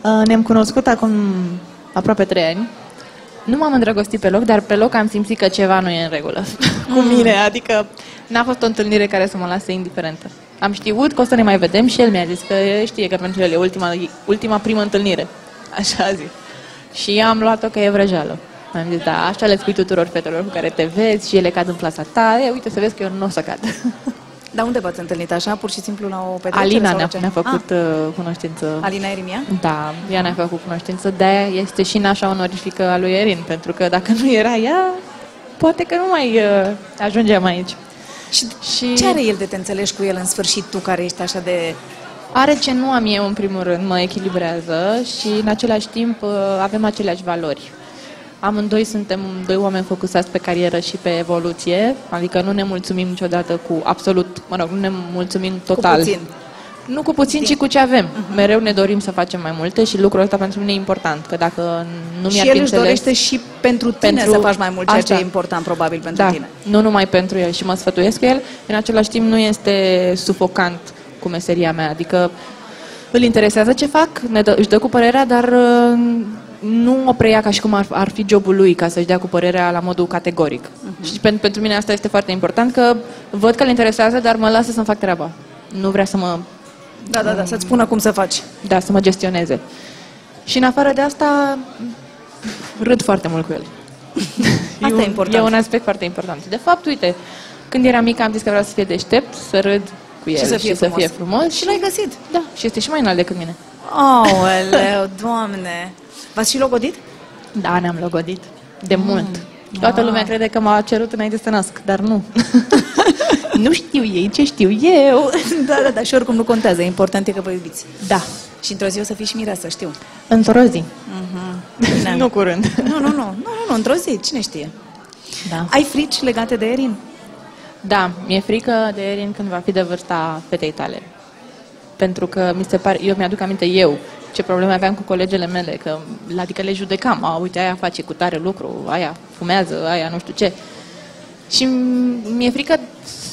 [SPEAKER 4] Uh, Ne-am cunoscut acum aproape trei ani. Nu m-am îndrăgostit pe loc, dar pe loc am simțit că ceva nu e în regulă cu
[SPEAKER 2] Mm.
[SPEAKER 4] mine. Adică n-a fost o întâlnire care să mă lase indiferentă. Am știut că o să ne mai vedem și el mi-a zis că știe că pentru el e ultima, ultima primă întâlnire. Așa a zis. Și am luat-o că e vrăjeală. Am zis, da, așa le spui tuturor fetelor cu care te vezi și ele cad în plasa ta. E, uite să vezi că eu nu o să cad.
[SPEAKER 2] Dar Da, unde v-ați întâlnit așa, pur și simplu la o petrecere?
[SPEAKER 4] Alina
[SPEAKER 2] sau
[SPEAKER 4] ne-a,
[SPEAKER 2] Păi ce?
[SPEAKER 4] ne-a făcut
[SPEAKER 2] Ah,
[SPEAKER 4] ah. cunoștință.
[SPEAKER 2] Alina Erimia?
[SPEAKER 4] Da, ea ne-a făcut cunoștință, de este și nașa onorifică a lui Erin, pentru că dacă nu era ea, poate că nu mai uh, ajungeam aici.
[SPEAKER 2] Și, și ce are el de te înțelegi cu el în sfârșit, tu care ești așa de...
[SPEAKER 4] Are ce nu am eu, în primul rând, mă echilibrează și, în același timp, uh, avem aceleași valori. Amândoi suntem doi oameni focusați pe carieră și pe evoluție, adică nu ne mulțumim niciodată cu absolut, mă rog, nu ne mulțumim total.
[SPEAKER 2] puțin.
[SPEAKER 4] Nu cu puțin, ci cu ce avem. Mereu ne dorim să facem mai multe și lucrul ăsta pentru mine e important, că dacă nu mi-ar
[SPEAKER 2] și
[SPEAKER 4] fi
[SPEAKER 2] el își
[SPEAKER 4] înțeles-
[SPEAKER 2] dorește și pentru tine
[SPEAKER 4] Pentru-
[SPEAKER 2] să faci mai mult, ceea ce e
[SPEAKER 4] Asta.
[SPEAKER 2] important probabil pentru
[SPEAKER 4] da,
[SPEAKER 2] tine.
[SPEAKER 4] nu numai pentru el și mă sfătuiesc cu el, în același timp nu este sufocant cu meseria mea, adică îl interesează ce fac, ne dă, își dă cu părerea, dar uh, nu o preia ca și cum ar, ar fi jobul lui ca să-și dea cu părerea la modul categoric.
[SPEAKER 2] Mhm.
[SPEAKER 4] Și pentru, pentru mine asta este foarte important, că văd că îl interesează, dar mă lasă să-mi fac treaba. Nu vrea să mă...
[SPEAKER 2] Da, da, da, să-ți spună cum să faci.
[SPEAKER 4] Da, să mă gestioneze. Și în afară de asta, râd foarte mult cu el.
[SPEAKER 2] Asta
[SPEAKER 4] un,
[SPEAKER 2] e important.
[SPEAKER 4] E un aspect foarte important. De fapt, uite, când eram mică am zis că vreau să fie deștept, să râd cu el
[SPEAKER 2] Și să fie
[SPEAKER 4] și să
[SPEAKER 2] frumos.
[SPEAKER 4] fie frumos. Și l-ai
[SPEAKER 2] găsit.
[SPEAKER 4] Da, și este și mai înalt decât mine.
[SPEAKER 2] Aoleu, doamne! V-ați și logodit?
[SPEAKER 4] Da, ne-am logodit. De mm. mult. Toată
[SPEAKER 2] Ah.
[SPEAKER 4] lumea crede că m-a cerut înainte să nasc, dar nu. nu știu ei ce știu eu.
[SPEAKER 2] da, da, da, și oricum nu contează, important e că vă iubiți.
[SPEAKER 4] Da.
[SPEAKER 2] Și într-o zi o să fii și mireasă, știu.
[SPEAKER 4] Într-o zi.
[SPEAKER 2] Mhm. Bine.
[SPEAKER 4] Nu curând.
[SPEAKER 2] Nu, nu, nu, nu, nu, nu, într-o zi, cine știe.
[SPEAKER 4] Da.
[SPEAKER 2] Ai frici legate de Erin?
[SPEAKER 4] Da, mi-e frică de Erin când va fi de vârsta fetei tale. Pentru că mi se pare, eu mi-aduc aminte eu ce probleme aveam cu colegele mele, că adică le judecam, a, uite, aia face cu tare lucru, aia fumează, aia nu știu ce. Și m- mi-e frică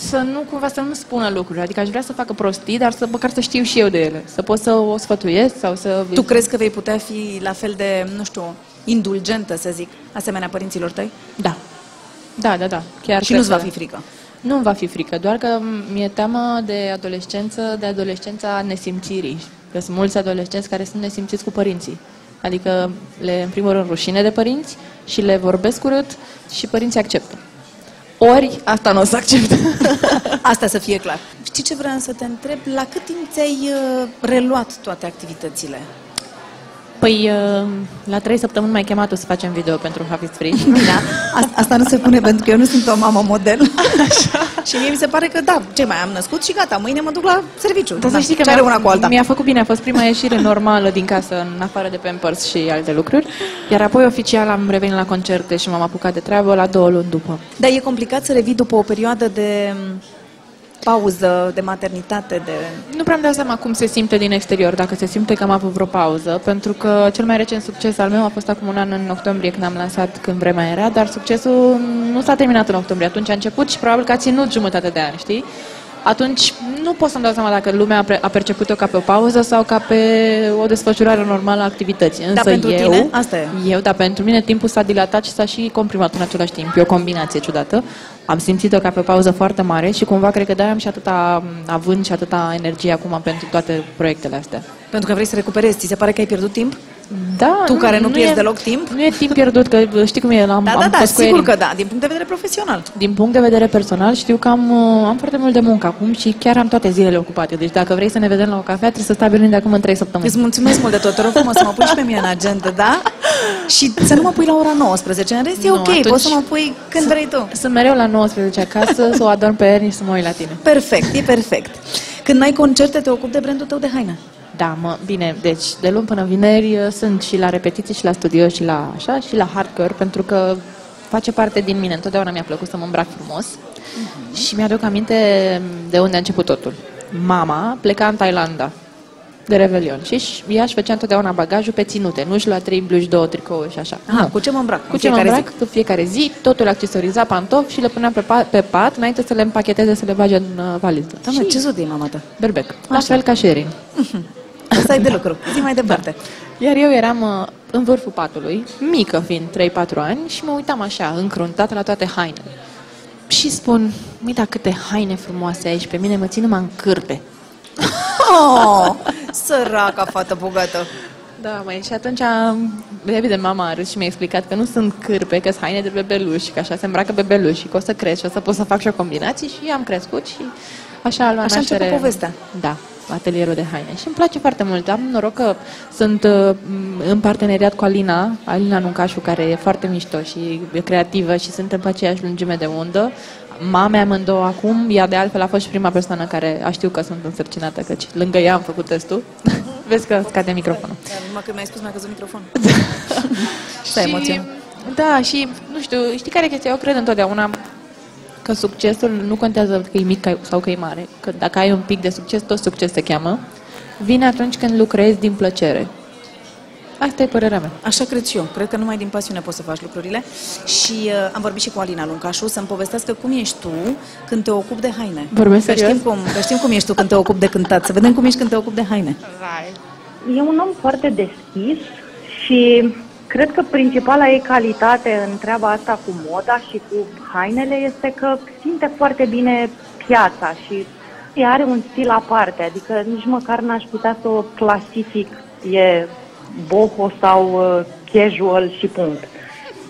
[SPEAKER 4] să nu cumva să nu spună lucruri, adică aș vrea să facă prostii, dar să măcar să știu și eu de ele, să pot să o sfătuiesc sau să...
[SPEAKER 2] Tu crezi că vei putea fi la fel de, nu știu, indulgentă, să zic, asemenea părinților tăi?
[SPEAKER 4] Da. Da, da, da. Chiar
[SPEAKER 2] și
[SPEAKER 4] cred
[SPEAKER 2] nu-ți va
[SPEAKER 4] că-
[SPEAKER 2] fi frică.
[SPEAKER 4] Nu va fi frică, doar că mi-e teamă de adolescență, de adolescența nesimțirii. Că sunt mulți adolescenți care sunt nesimțiți cu părinții. Adică le, în primul rând, rușine de părinți și le vorbesc urât și părinții acceptă. Ori asta nu o să accept.
[SPEAKER 2] Asta să fie clar. Știi ce vreau să te întreb? La cât timp ți-ai uh, reluat toate activitățile?
[SPEAKER 4] Păi, uh, la trei săptămâni mai chemat o să facem video pentru Hafiz Free.
[SPEAKER 2] Da. Asta, asta nu se pune pentru că eu nu sunt o mamă model. Așa. și mie mi se pare că da, ce mai am născut și gata, mâine mă duc la serviciu.
[SPEAKER 4] Dar să
[SPEAKER 2] Na,
[SPEAKER 4] știi că
[SPEAKER 2] ce are una cu alta.
[SPEAKER 4] mi-a făcut bine, a fost prima ieșire normală din casă, în afară de Pampers și alte lucruri. Iar apoi oficial am revenit la concerte și m-am apucat de treabă la două luni după.
[SPEAKER 2] Dar e complicat să revii după o perioadă de m, pauză, de maternitate, de...
[SPEAKER 4] Nu prea îmi dau seama cum se simte din exterior, dacă se simte că am avut vreo pauză, pentru că cel mai recent succes al meu a fost acum un an în octombrie când am lansat când vremea era, dar succesul nu s-a terminat în octombrie, atunci a început și probabil că a ținut jumătate de an, știi? Atunci nu pot să-mi dau seama dacă lumea a pre- a perceput-o ca pe o pauză sau ca pe o desfășurare normală a activității. Însă
[SPEAKER 2] pentru
[SPEAKER 4] eu,
[SPEAKER 2] tine? Asta e.
[SPEAKER 4] eu, dar pentru mine timpul s-a dilatat și s-a și comprimat în același timp. E o combinație ciudată. Am simțit-o ca pe o pauză foarte mare și cumva cred că de-aia am și atâta m, având și atâta energie acum pentru toate proiectele astea.
[SPEAKER 2] Pentru că vrei să recuperezi, ți se pare că ai pierdut timp?
[SPEAKER 4] Da,
[SPEAKER 2] Tu care nu pierzi
[SPEAKER 4] e,
[SPEAKER 2] deloc timp?
[SPEAKER 4] Nu e timp pierdut, că știi cum e, am,
[SPEAKER 2] Da,
[SPEAKER 4] am
[SPEAKER 2] da, da,
[SPEAKER 4] fost cu
[SPEAKER 2] sigur
[SPEAKER 4] Erin.
[SPEAKER 2] că da, din punct de vedere profesional.
[SPEAKER 4] Din punct de vedere personal, știu că am, uh, am foarte mult de muncă acum și chiar am toate zilele ocupate. Deci dacă vrei să ne vedem la o cafea, trebuie să stabilim de acum în 3 săptămâni.
[SPEAKER 2] Îți mulțumesc mult de tot, te rog frumos să mă pui și pe mine în agenda, da? Și să nu mă pui la ora 19, în rest e
[SPEAKER 4] Nu,
[SPEAKER 2] ok,
[SPEAKER 4] atunci-
[SPEAKER 2] poți să mă pui când
[SPEAKER 4] Sunt-
[SPEAKER 2] vrei tu.
[SPEAKER 4] Sunt mereu la 19 acasă, să o adorm pe Ernie și să mă uit la tine.
[SPEAKER 2] Perfect, e perfect. Când ai concerte, te ocupi de brandul tău de haină.
[SPEAKER 4] Da, mă, bine, deci de luni până vineri uh, sunt și la repetiții și la studio și la așa și la hardcore pentru că face parte din mine. Întotdeauna mi-a plăcut să mă îmbrac frumos
[SPEAKER 2] Mhm.
[SPEAKER 4] și mi-aduc aminte de unde a început totul. Mama pleca în Thailanda de Revelion și își- ea își făcea întotdeauna bagajul pe ținute, nu își lua trei bluși, două tricouri și așa.
[SPEAKER 2] Ah,
[SPEAKER 4] Nu.
[SPEAKER 2] cu ce mă îmbrac?
[SPEAKER 4] Cu
[SPEAKER 2] În
[SPEAKER 4] ce mă
[SPEAKER 2] fiecare zi.
[SPEAKER 4] îmbrac? În fiecare zi, totul accesoriza, pantofi și le puneam pe, pa- pe pat înainte să le împacheteze, să le bage în uh, valiză.
[SPEAKER 2] Doamne,
[SPEAKER 4] Și-
[SPEAKER 2] ce zodie e mama ta?
[SPEAKER 4] Berbec. La fel ca Sherin.
[SPEAKER 2] Să ai de lucru. Zi mai departe.
[SPEAKER 4] Iar eu eram uh, în vârful patului, mică fiind, 3-4 ani, și mă uitam așa, încruntată la toate hainele. Și spun, uita câte haine frumoase ai și pe mine mă țin numai în cârpe.
[SPEAKER 12] Oh, săraca fată bogată.
[SPEAKER 4] Da, mai și atunci, am- evident, mama a râs și mi-a explicat că nu sunt cârpe, că sunt haine de bebeluș, că așa se îmbracă bebeluș și că o să cresc și o să pot să fac și o combinație și am crescut și așa a luat
[SPEAKER 2] Așa a început
[SPEAKER 4] naștere-
[SPEAKER 2] povestea.
[SPEAKER 4] Da, atelierul de haine. Și îmi place foarte mult. Am noroc că sunt uh, m- în parteneriat cu Alina, Alina Nuncașu, care e foarte mișto și e creativă și suntem pe aceeași lungime de undă. Mame amândouă acum, ea de altfel a fost și prima persoană care a știut că sunt însărcinată, căci lângă ea am făcut testul. Vezi că scade microfonul.
[SPEAKER 2] Dar numai că mi-ai spus, mi-a căzut microfonul.
[SPEAKER 4] Și- Da, și nu știu, știi care e chestia? Eu cred întotdeauna că succesul nu contează că e mic ca- sau că e mare. Că dacă ai un pic de succes, tot succes se cheamă. Vine atunci când lucrezi din plăcere. Asta e părerea mea.
[SPEAKER 2] Așa cred și eu. Cred că numai din pasiune poți să faci lucrurile. Și uh, am vorbit și cu Alina Luncașu să-mi povestească cum ești tu când te ocupi de haine.
[SPEAKER 4] Vorbesc
[SPEAKER 2] că
[SPEAKER 4] serios?
[SPEAKER 2] știm, cum, că știm cum ești tu când te ocupi de cântat. Să vedem cum ești când te ocupi de haine.
[SPEAKER 7] E un om foarte deschis și cred că principala ei calitate în treaba asta cu moda și cu hainele este că simte foarte bine piața și ea are un stil aparte, adică nici măcar n-aș putea să o clasific, e boho sau uh, casual și punct.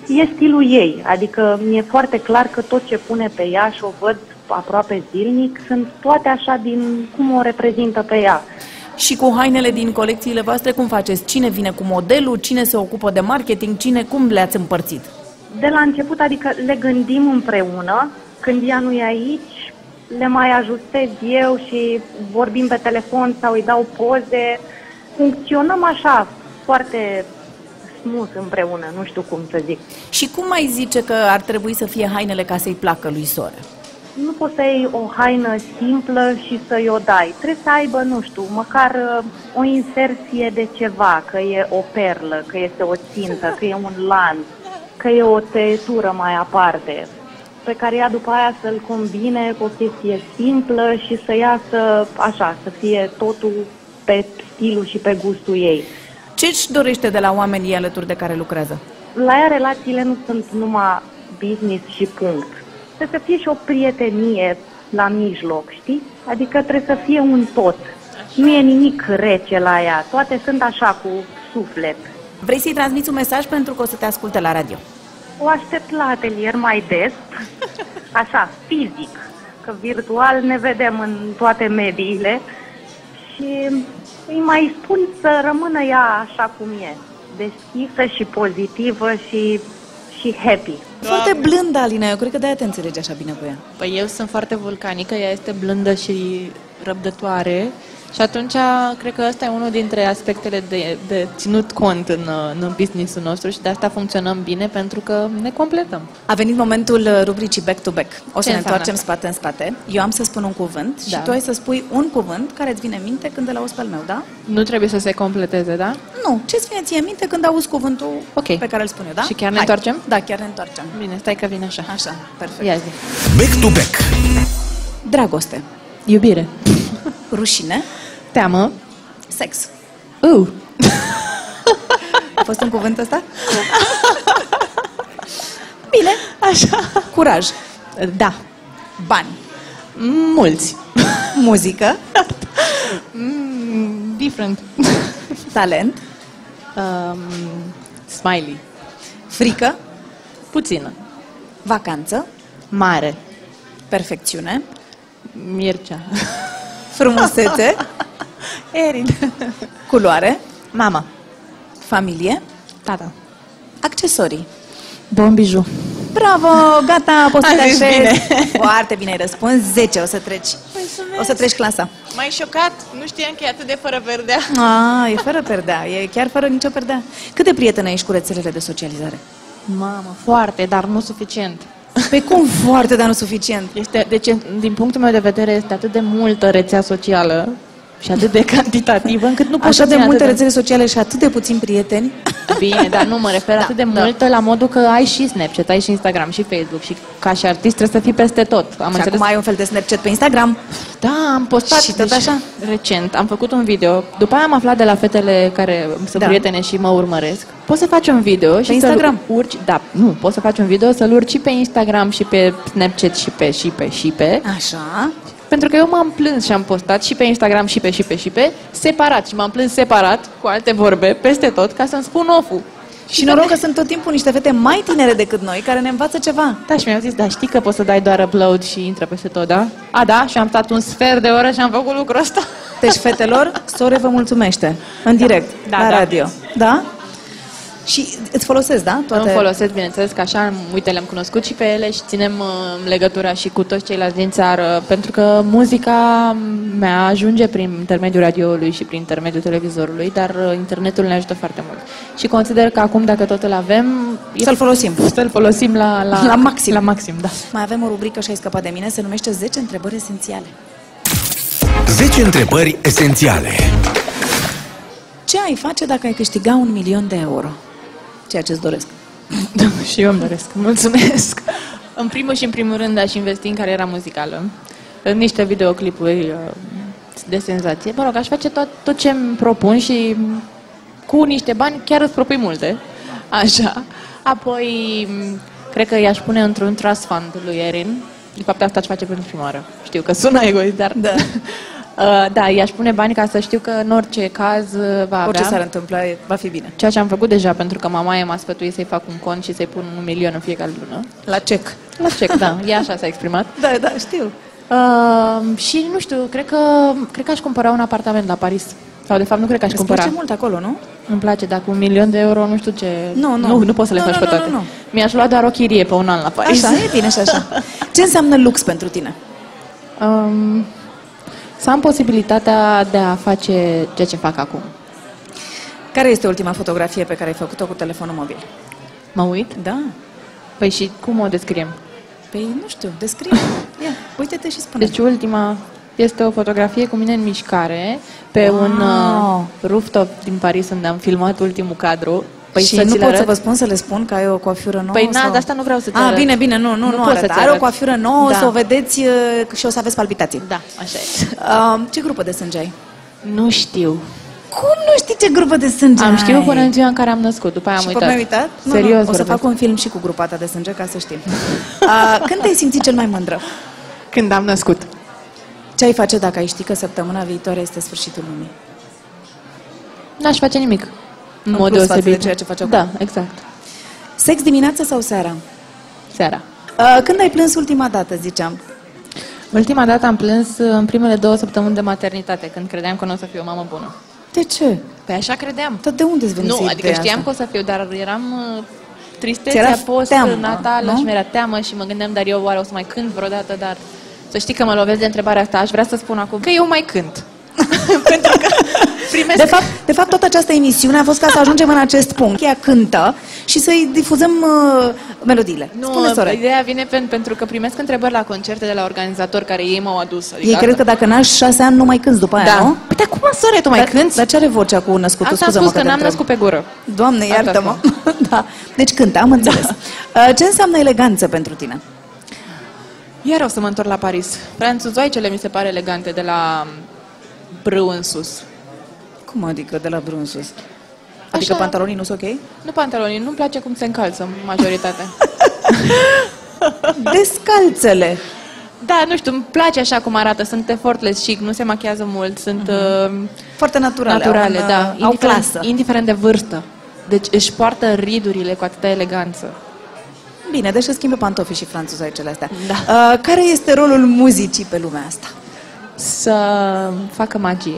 [SPEAKER 7] E stilul ei, adică mi-e foarte clar că tot ce pune pe ea și o văd aproape zilnic sunt toate așa din cum o reprezintă pe ea.
[SPEAKER 12] Și cu hainele din colecțiile voastre, cum faceți? Cine vine cu modelul? Cine se ocupă de marketing? Cine? Cum le-ați împărțit?
[SPEAKER 7] de la început, adică le gândim împreună, când ea nu e aici, le mai ajustez eu și vorbim pe telefon sau îi dau poze. Funcționăm așa, foarte smooth împreună, nu știu cum să zic.
[SPEAKER 12] Și cum mai zice că ar trebui să fie hainele ca să-i placă lui soră?
[SPEAKER 7] Nu poți să iei o haină simplă și să-i o dai. Trebuie să aibă, nu știu, măcar uh, o inserție de ceva, că e o perlă, că este o țintă, că e un lanț, că e o tăietură mai aparte, pe care ea după aia să-l combine cu o chestie simplă și să iasă așa, să fie totul pe stilul și pe gustul ei.
[SPEAKER 12] Ce își dorește de la oamenii alături de care lucrează?
[SPEAKER 7] La ea relațiile nu sunt numai business și punct. Trebuie să fie și o prietenie la mijloc, știi? Adică trebuie să fie un tot. Nu e nimic rece la ea, toate sunt așa cu suflet.
[SPEAKER 12] Vrei să-i transmiți un mesaj pentru că o să te asculte la radio?
[SPEAKER 7] O aștept la atelier mai des, așa, fizic, că virtual ne vedem în toate mediile și îi mai spun să rămână ea așa cum e, deschisă și pozitivă și, și happy.
[SPEAKER 2] Foarte blândă, Alina. Eu cred că de-aia te înțelegi așa bine cu ea.
[SPEAKER 4] Păi eu sunt foarte vulcanică, ea este blândă și răbdătoare și atunci cred că ăsta e unul dintre aspectele de, de ținut cont în, uh, în businessul nostru și de asta funcționăm bine pentru că ne completăm.
[SPEAKER 2] A venit momentul uh, rubricii Back to Back. O să
[SPEAKER 4] Ce
[SPEAKER 2] ne
[SPEAKER 4] înseamnă
[SPEAKER 2] întoarcem
[SPEAKER 4] asta?
[SPEAKER 2] spate în spate. Eu am să spun un cuvânt și
[SPEAKER 4] Da.
[SPEAKER 2] tu ai să spui un cuvânt care îți vine în minte când îl auzi pe al meu, da?
[SPEAKER 4] Nu trebuie să se completeze, da?
[SPEAKER 2] Nu. Ce-ți vine ție în minte când auzi cuvântul
[SPEAKER 4] Ok.
[SPEAKER 2] pe care îl spun eu, da?
[SPEAKER 4] Și chiar ne
[SPEAKER 2] Hai.
[SPEAKER 4] întoarcem?
[SPEAKER 2] Da, chiar ne întoarcem.
[SPEAKER 4] Bine, stai că vine așa.
[SPEAKER 2] Așa, perfect.
[SPEAKER 4] Ia zi.
[SPEAKER 5] Back to back.
[SPEAKER 2] Dragoste,
[SPEAKER 4] Iubire.
[SPEAKER 2] rușine,
[SPEAKER 4] Teamă.
[SPEAKER 2] sex.
[SPEAKER 4] Uh.
[SPEAKER 2] A fost un cuvânt ăsta? Bine. Așa. Curaj,
[SPEAKER 4] Da.
[SPEAKER 2] bani,
[SPEAKER 4] Mulți.
[SPEAKER 2] muzică,
[SPEAKER 4] Mm, Different.
[SPEAKER 2] talent,
[SPEAKER 4] Um, smiley.
[SPEAKER 2] frică,
[SPEAKER 4] Puțină.
[SPEAKER 2] vacanță,
[SPEAKER 4] Mare.
[SPEAKER 2] perfecțiune,
[SPEAKER 4] Mircea.
[SPEAKER 2] frumusețe,
[SPEAKER 4] Erin.
[SPEAKER 2] culoare,
[SPEAKER 4] Mama.
[SPEAKER 2] familie,
[SPEAKER 4] Tata.
[SPEAKER 2] accesorii.
[SPEAKER 4] Bon bijou.
[SPEAKER 2] Bravo, gata, poți să
[SPEAKER 4] Am
[SPEAKER 2] te
[SPEAKER 4] zis
[SPEAKER 2] așezi.
[SPEAKER 4] bine.
[SPEAKER 2] Foarte bine ai răspuns, 10 o să treci. O să treci clasa.
[SPEAKER 4] Mai șocat, nu știam că e atât de fără verdea.
[SPEAKER 2] Ah, e fără perdea, e chiar fără nicio perdea. Cât de prietenă ești cu rețelele de socializare?
[SPEAKER 4] Mamă, foarte, dar nu suficient.
[SPEAKER 2] Pe cum foarte, dar nu suficient.
[SPEAKER 4] Este, deci, din punctul meu de vedere, este atât de multă rețea socială și atât de cantitativă încât nu
[SPEAKER 2] Așa
[SPEAKER 4] poți
[SPEAKER 2] de multe
[SPEAKER 4] rețele
[SPEAKER 2] rețele sociale și atât de puțini prieteni.
[SPEAKER 4] Bine, dar nu mă refer
[SPEAKER 2] Da,
[SPEAKER 4] da, atât de
[SPEAKER 2] da.
[SPEAKER 4] da. mult la modul că ai și Snapchat, ai și Instagram și Facebook și ca și artist trebuie să fii peste tot. Am
[SPEAKER 2] și acum ai un fel de Snapchat pe Instagram.
[SPEAKER 4] Da, am postat
[SPEAKER 2] Și tot
[SPEAKER 4] deci,
[SPEAKER 2] așa?
[SPEAKER 4] recent, am făcut un video. După aia am aflat de la fetele care sunt
[SPEAKER 2] Da.
[SPEAKER 4] da. prietene și mă urmăresc. Poți să faci un video pe și
[SPEAKER 2] Instagram?
[SPEAKER 4] să urci, da, nu, poți să faci un video să-l urci și pe Instagram și pe Snapchat și pe și pe și pe.
[SPEAKER 2] Ah. Așa.
[SPEAKER 4] Pentru că eu m-am plâns și am postat și pe Instagram și pe și pe și pe separat și m-am plâns separat cu alte vorbe peste tot ca să-mi spun oful.
[SPEAKER 2] Și
[SPEAKER 4] da.
[SPEAKER 2] noroc că sunt tot timpul niște fete mai tinere decât noi care ne învață ceva.
[SPEAKER 4] Da, și mi-au zis, da, știi că poți să dai doar upload și intră peste tot, da? A, da, și am stat un sfert de oră și am făcut lucrul ăsta.
[SPEAKER 2] Deci, fetelor, sore vă mulțumește. În direct,
[SPEAKER 4] Da,
[SPEAKER 2] la
[SPEAKER 4] da.
[SPEAKER 2] radio. Da? Și îți folosesc, da? Toate...
[SPEAKER 4] Îmi folosesc, bineînțeles, că așa, uite, le-am cunoscut și pe ele și ținem uh, legătura și cu toți ceilalți din țară, pentru că muzica mea ajunge prin intermediul radioului și prin intermediul televizorului, dar uh, internetul ne ajută foarte mult. Și consider că acum, dacă tot îl avem... e-
[SPEAKER 2] Să-l folosim.
[SPEAKER 4] Să-l folosim la, la,
[SPEAKER 2] La maxim.
[SPEAKER 4] La maxim, da.
[SPEAKER 2] Mai avem o rubrică și ai scăpat de mine, se numește 10 întrebări esențiale.
[SPEAKER 5] 10 întrebări esențiale.
[SPEAKER 2] Ce ai face dacă ai câștiga un milion de euro? Ceea ce îți doresc.
[SPEAKER 4] Da, și eu îmi doresc. Mulțumesc. În primul și în primul rând aș investi în cariera muzicală. În niște videoclipuri uh, de senzație. Mă rog, aș face tot, tot ce îmi propun și mm, cu niște bani chiar îți propui multe. Așa. Apoi, mm, cred că i-aș pune într-un trust fund lui Erin. De fapt, asta aș face pentru prima oară. Știu că sună egoist, dar... Da. Uh, da, i-aș pune bani ca să știu că în orice caz uh, va avea
[SPEAKER 2] Orice s-ar întâmpla, e- va fi bine.
[SPEAKER 4] ceea ce am făcut deja, pentru că mama e m-a sfătuit să-i fac un cont și să-i pun un milion în fiecare lună.
[SPEAKER 2] La cec.
[SPEAKER 4] La cec, da, ea așa s-a exprimat.
[SPEAKER 2] Da, da, știu.
[SPEAKER 4] Uh, și nu știu, cred că, cred că aș cumpăra un apartament la Paris. Sau de fapt nu cred că aș
[SPEAKER 2] Îți
[SPEAKER 4] cumpăra.
[SPEAKER 2] place mult acolo, nu?
[SPEAKER 4] Îmi place, dacă un milion de euro, nu știu ce...
[SPEAKER 2] Nu, nu.
[SPEAKER 4] nu, nu poți să le
[SPEAKER 2] Nu,
[SPEAKER 4] faci
[SPEAKER 2] nu,
[SPEAKER 4] pe
[SPEAKER 2] nu,
[SPEAKER 4] toate.
[SPEAKER 2] nu, nu.
[SPEAKER 4] Mi-aș lua doar o chirie pe un an la Paris.
[SPEAKER 2] Așa, e bine Păi, și așa. Ce înseamnă lux pentru tine?
[SPEAKER 4] Um, să am posibilitatea de a face ceea ce fac acum.
[SPEAKER 2] Care este ultima fotografie pe care ai făcut-o cu telefonul mobil?
[SPEAKER 4] Mă uit?
[SPEAKER 2] Da.
[SPEAKER 4] Păi și cum o descriem?
[SPEAKER 2] Păi, nu știu, descrie. Ia, uite-te și spune.
[SPEAKER 4] Deci ultima este o fotografie cu mine în mișcare pe
[SPEAKER 2] Wow!
[SPEAKER 4] un uh, rooftop din Paris unde am filmat ultimul cadru.
[SPEAKER 2] Păi și
[SPEAKER 4] să
[SPEAKER 2] nu
[SPEAKER 4] ți-l
[SPEAKER 2] pot să
[SPEAKER 4] arăt?
[SPEAKER 2] vă spun să le spun că ai o coafură nouă?
[SPEAKER 4] Păi na,
[SPEAKER 2] sau...
[SPEAKER 4] de asta nu vreau să te
[SPEAKER 2] A,
[SPEAKER 4] arăt.
[SPEAKER 2] bine, bine, nu, nu,
[SPEAKER 4] Nu
[SPEAKER 2] nu,
[SPEAKER 4] pot să
[SPEAKER 2] arăt.
[SPEAKER 4] te
[SPEAKER 2] Are o
[SPEAKER 4] arăt.
[SPEAKER 2] coafură nouă,
[SPEAKER 4] Da.
[SPEAKER 2] să o vedeți uh, și o să aveți palpitații.
[SPEAKER 4] Da, așa e.
[SPEAKER 2] Uh, ce grupă de sânge ai?
[SPEAKER 4] Nu știu.
[SPEAKER 2] Cum nu știi ce grupă de sânge
[SPEAKER 4] Am știut
[SPEAKER 2] ai?
[SPEAKER 4] până în ziua în care am născut, după aia am
[SPEAKER 2] și
[SPEAKER 4] uitat.
[SPEAKER 2] până ai uitat? Nu,
[SPEAKER 4] Serios
[SPEAKER 2] nu, o să
[SPEAKER 4] vorbesc.
[SPEAKER 2] fac un film și cu grupa ta de sânge, ca să știm. Uh, când te-ai simțit cel mai mândră?
[SPEAKER 4] Când am născut.
[SPEAKER 2] Ce ai face dacă ai ști că săptămâna viitoare este sfârșitul lumii?
[SPEAKER 4] N-aș face nimic. În,
[SPEAKER 2] În
[SPEAKER 4] mod
[SPEAKER 2] plus față
[SPEAKER 4] deosebit.
[SPEAKER 2] de ceea ce faci acum.
[SPEAKER 4] Da, exact.
[SPEAKER 2] Sex dimineața sau seara?
[SPEAKER 4] Seara.
[SPEAKER 2] Uh, când ai plâns ultima dată, ziceam?
[SPEAKER 4] Ultima dată am plâns uh, în primele două săptămâni de maternitate, când credeam că nu o să fiu o mamă bună.
[SPEAKER 2] De ce?
[SPEAKER 4] Păi așa credeam.
[SPEAKER 2] Dar de unde îți veni
[SPEAKER 4] Nu,
[SPEAKER 2] ideea
[SPEAKER 4] adică știam
[SPEAKER 2] asta?
[SPEAKER 4] că o să fiu, dar eram uh,
[SPEAKER 2] Ți-era
[SPEAKER 4] tristețea
[SPEAKER 2] teamă,
[SPEAKER 4] post-natală
[SPEAKER 2] nu?
[SPEAKER 4] și mi-era teamă și mă gândeam, dar eu oare o să mai cânt vreodată, dar să știi că mă lovesc de întrebarea asta, aș vrea să spun acum că eu mai cânt. Pentru că primesc...
[SPEAKER 2] De fapt, de fapt, toată această emisiune a fost ca să ajungem în acest punct. Ea cântă și să-i difuzăm uh, melodiile.
[SPEAKER 4] nu, păi
[SPEAKER 2] Spune, Sorel.
[SPEAKER 4] ideea vine pen, pentru că primesc întrebări la concerte de la organizatori care ei m-au adus. Adică
[SPEAKER 2] Ei cred că
[SPEAKER 4] asta-
[SPEAKER 2] dacă n-ai șase ani, nu mai cânti după aia,
[SPEAKER 4] da.
[SPEAKER 2] nu?
[SPEAKER 4] Păi, dar cum, sore, tu mai
[SPEAKER 2] dar,
[SPEAKER 4] cânti?
[SPEAKER 2] Dar ce are vocea cu născutul?
[SPEAKER 4] Asta am
[SPEAKER 2] Scuză-mă
[SPEAKER 4] spus că
[SPEAKER 2] te
[SPEAKER 4] n-am
[SPEAKER 2] întreb.
[SPEAKER 4] născut pe gură.
[SPEAKER 2] Doamne,
[SPEAKER 4] Asta
[SPEAKER 2] iartă-mă. da. Deci cântă, am înțeles. Uh, Ce înseamnă eleganță pentru tine?
[SPEAKER 4] Iar o să mă întorc la Paris. Franțuzoaicele mi se pare elegante de la brâu în sus.
[SPEAKER 2] Cum adică de la brunsus? Adică
[SPEAKER 4] Așa.
[SPEAKER 2] pantalonii nu sunt ok?
[SPEAKER 4] Nu pantaloni, nu-mi place cum se încalță majoritatea.
[SPEAKER 2] Descalțele!
[SPEAKER 4] da, nu știu, îmi place așa cum arată, sunt effortless chic, nu se machează mult, sunt uh,
[SPEAKER 2] Foarte Mhm. naturale.
[SPEAKER 4] naturale,
[SPEAKER 2] au un,
[SPEAKER 4] da,
[SPEAKER 2] uh, Au clasă.
[SPEAKER 4] indiferent de vârstă. Deci își poartă ridurile cu atâta eleganță.
[SPEAKER 2] Bine, deci își schimbă pantofii și franțuzoaicele astea.
[SPEAKER 4] Da.
[SPEAKER 2] Uh, care este rolul muzicii pe lumea asta?
[SPEAKER 4] Să facă magie.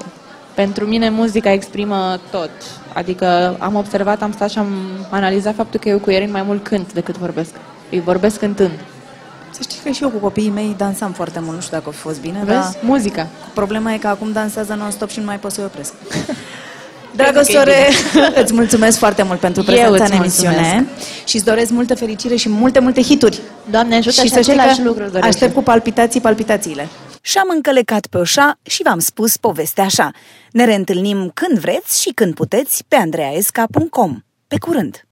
[SPEAKER 4] Pentru mine muzica exprimă tot. Adică am observat, am stat și am analizat faptul că eu cu Erin mai mult cânt decât vorbesc. Îi vorbesc cântând.
[SPEAKER 2] Să știi că și eu cu copiii mei dansam foarte mult, nu știu dacă a fost bine,
[SPEAKER 4] Vezi?
[SPEAKER 2] dar
[SPEAKER 4] Muzica.
[SPEAKER 2] problema e că acum dansează non-stop și nu mai pot să-i opresc. Dragă sore, îți mulțumesc foarte mult pentru
[SPEAKER 4] Eu
[SPEAKER 2] prezența
[SPEAKER 4] îți
[SPEAKER 2] în emisiune și îți doresc multă fericire și multe, multe hituri.
[SPEAKER 4] Doamne ajută și,
[SPEAKER 2] știi
[SPEAKER 4] același lucru doresc.
[SPEAKER 2] aștept cu palpitații palpitațiile.
[SPEAKER 1] Și am încălecat pe oșa și v-am spus povestea așa. Ne reîntâlnim când vreți și când puteți pe andreaesca.com. Pe curând!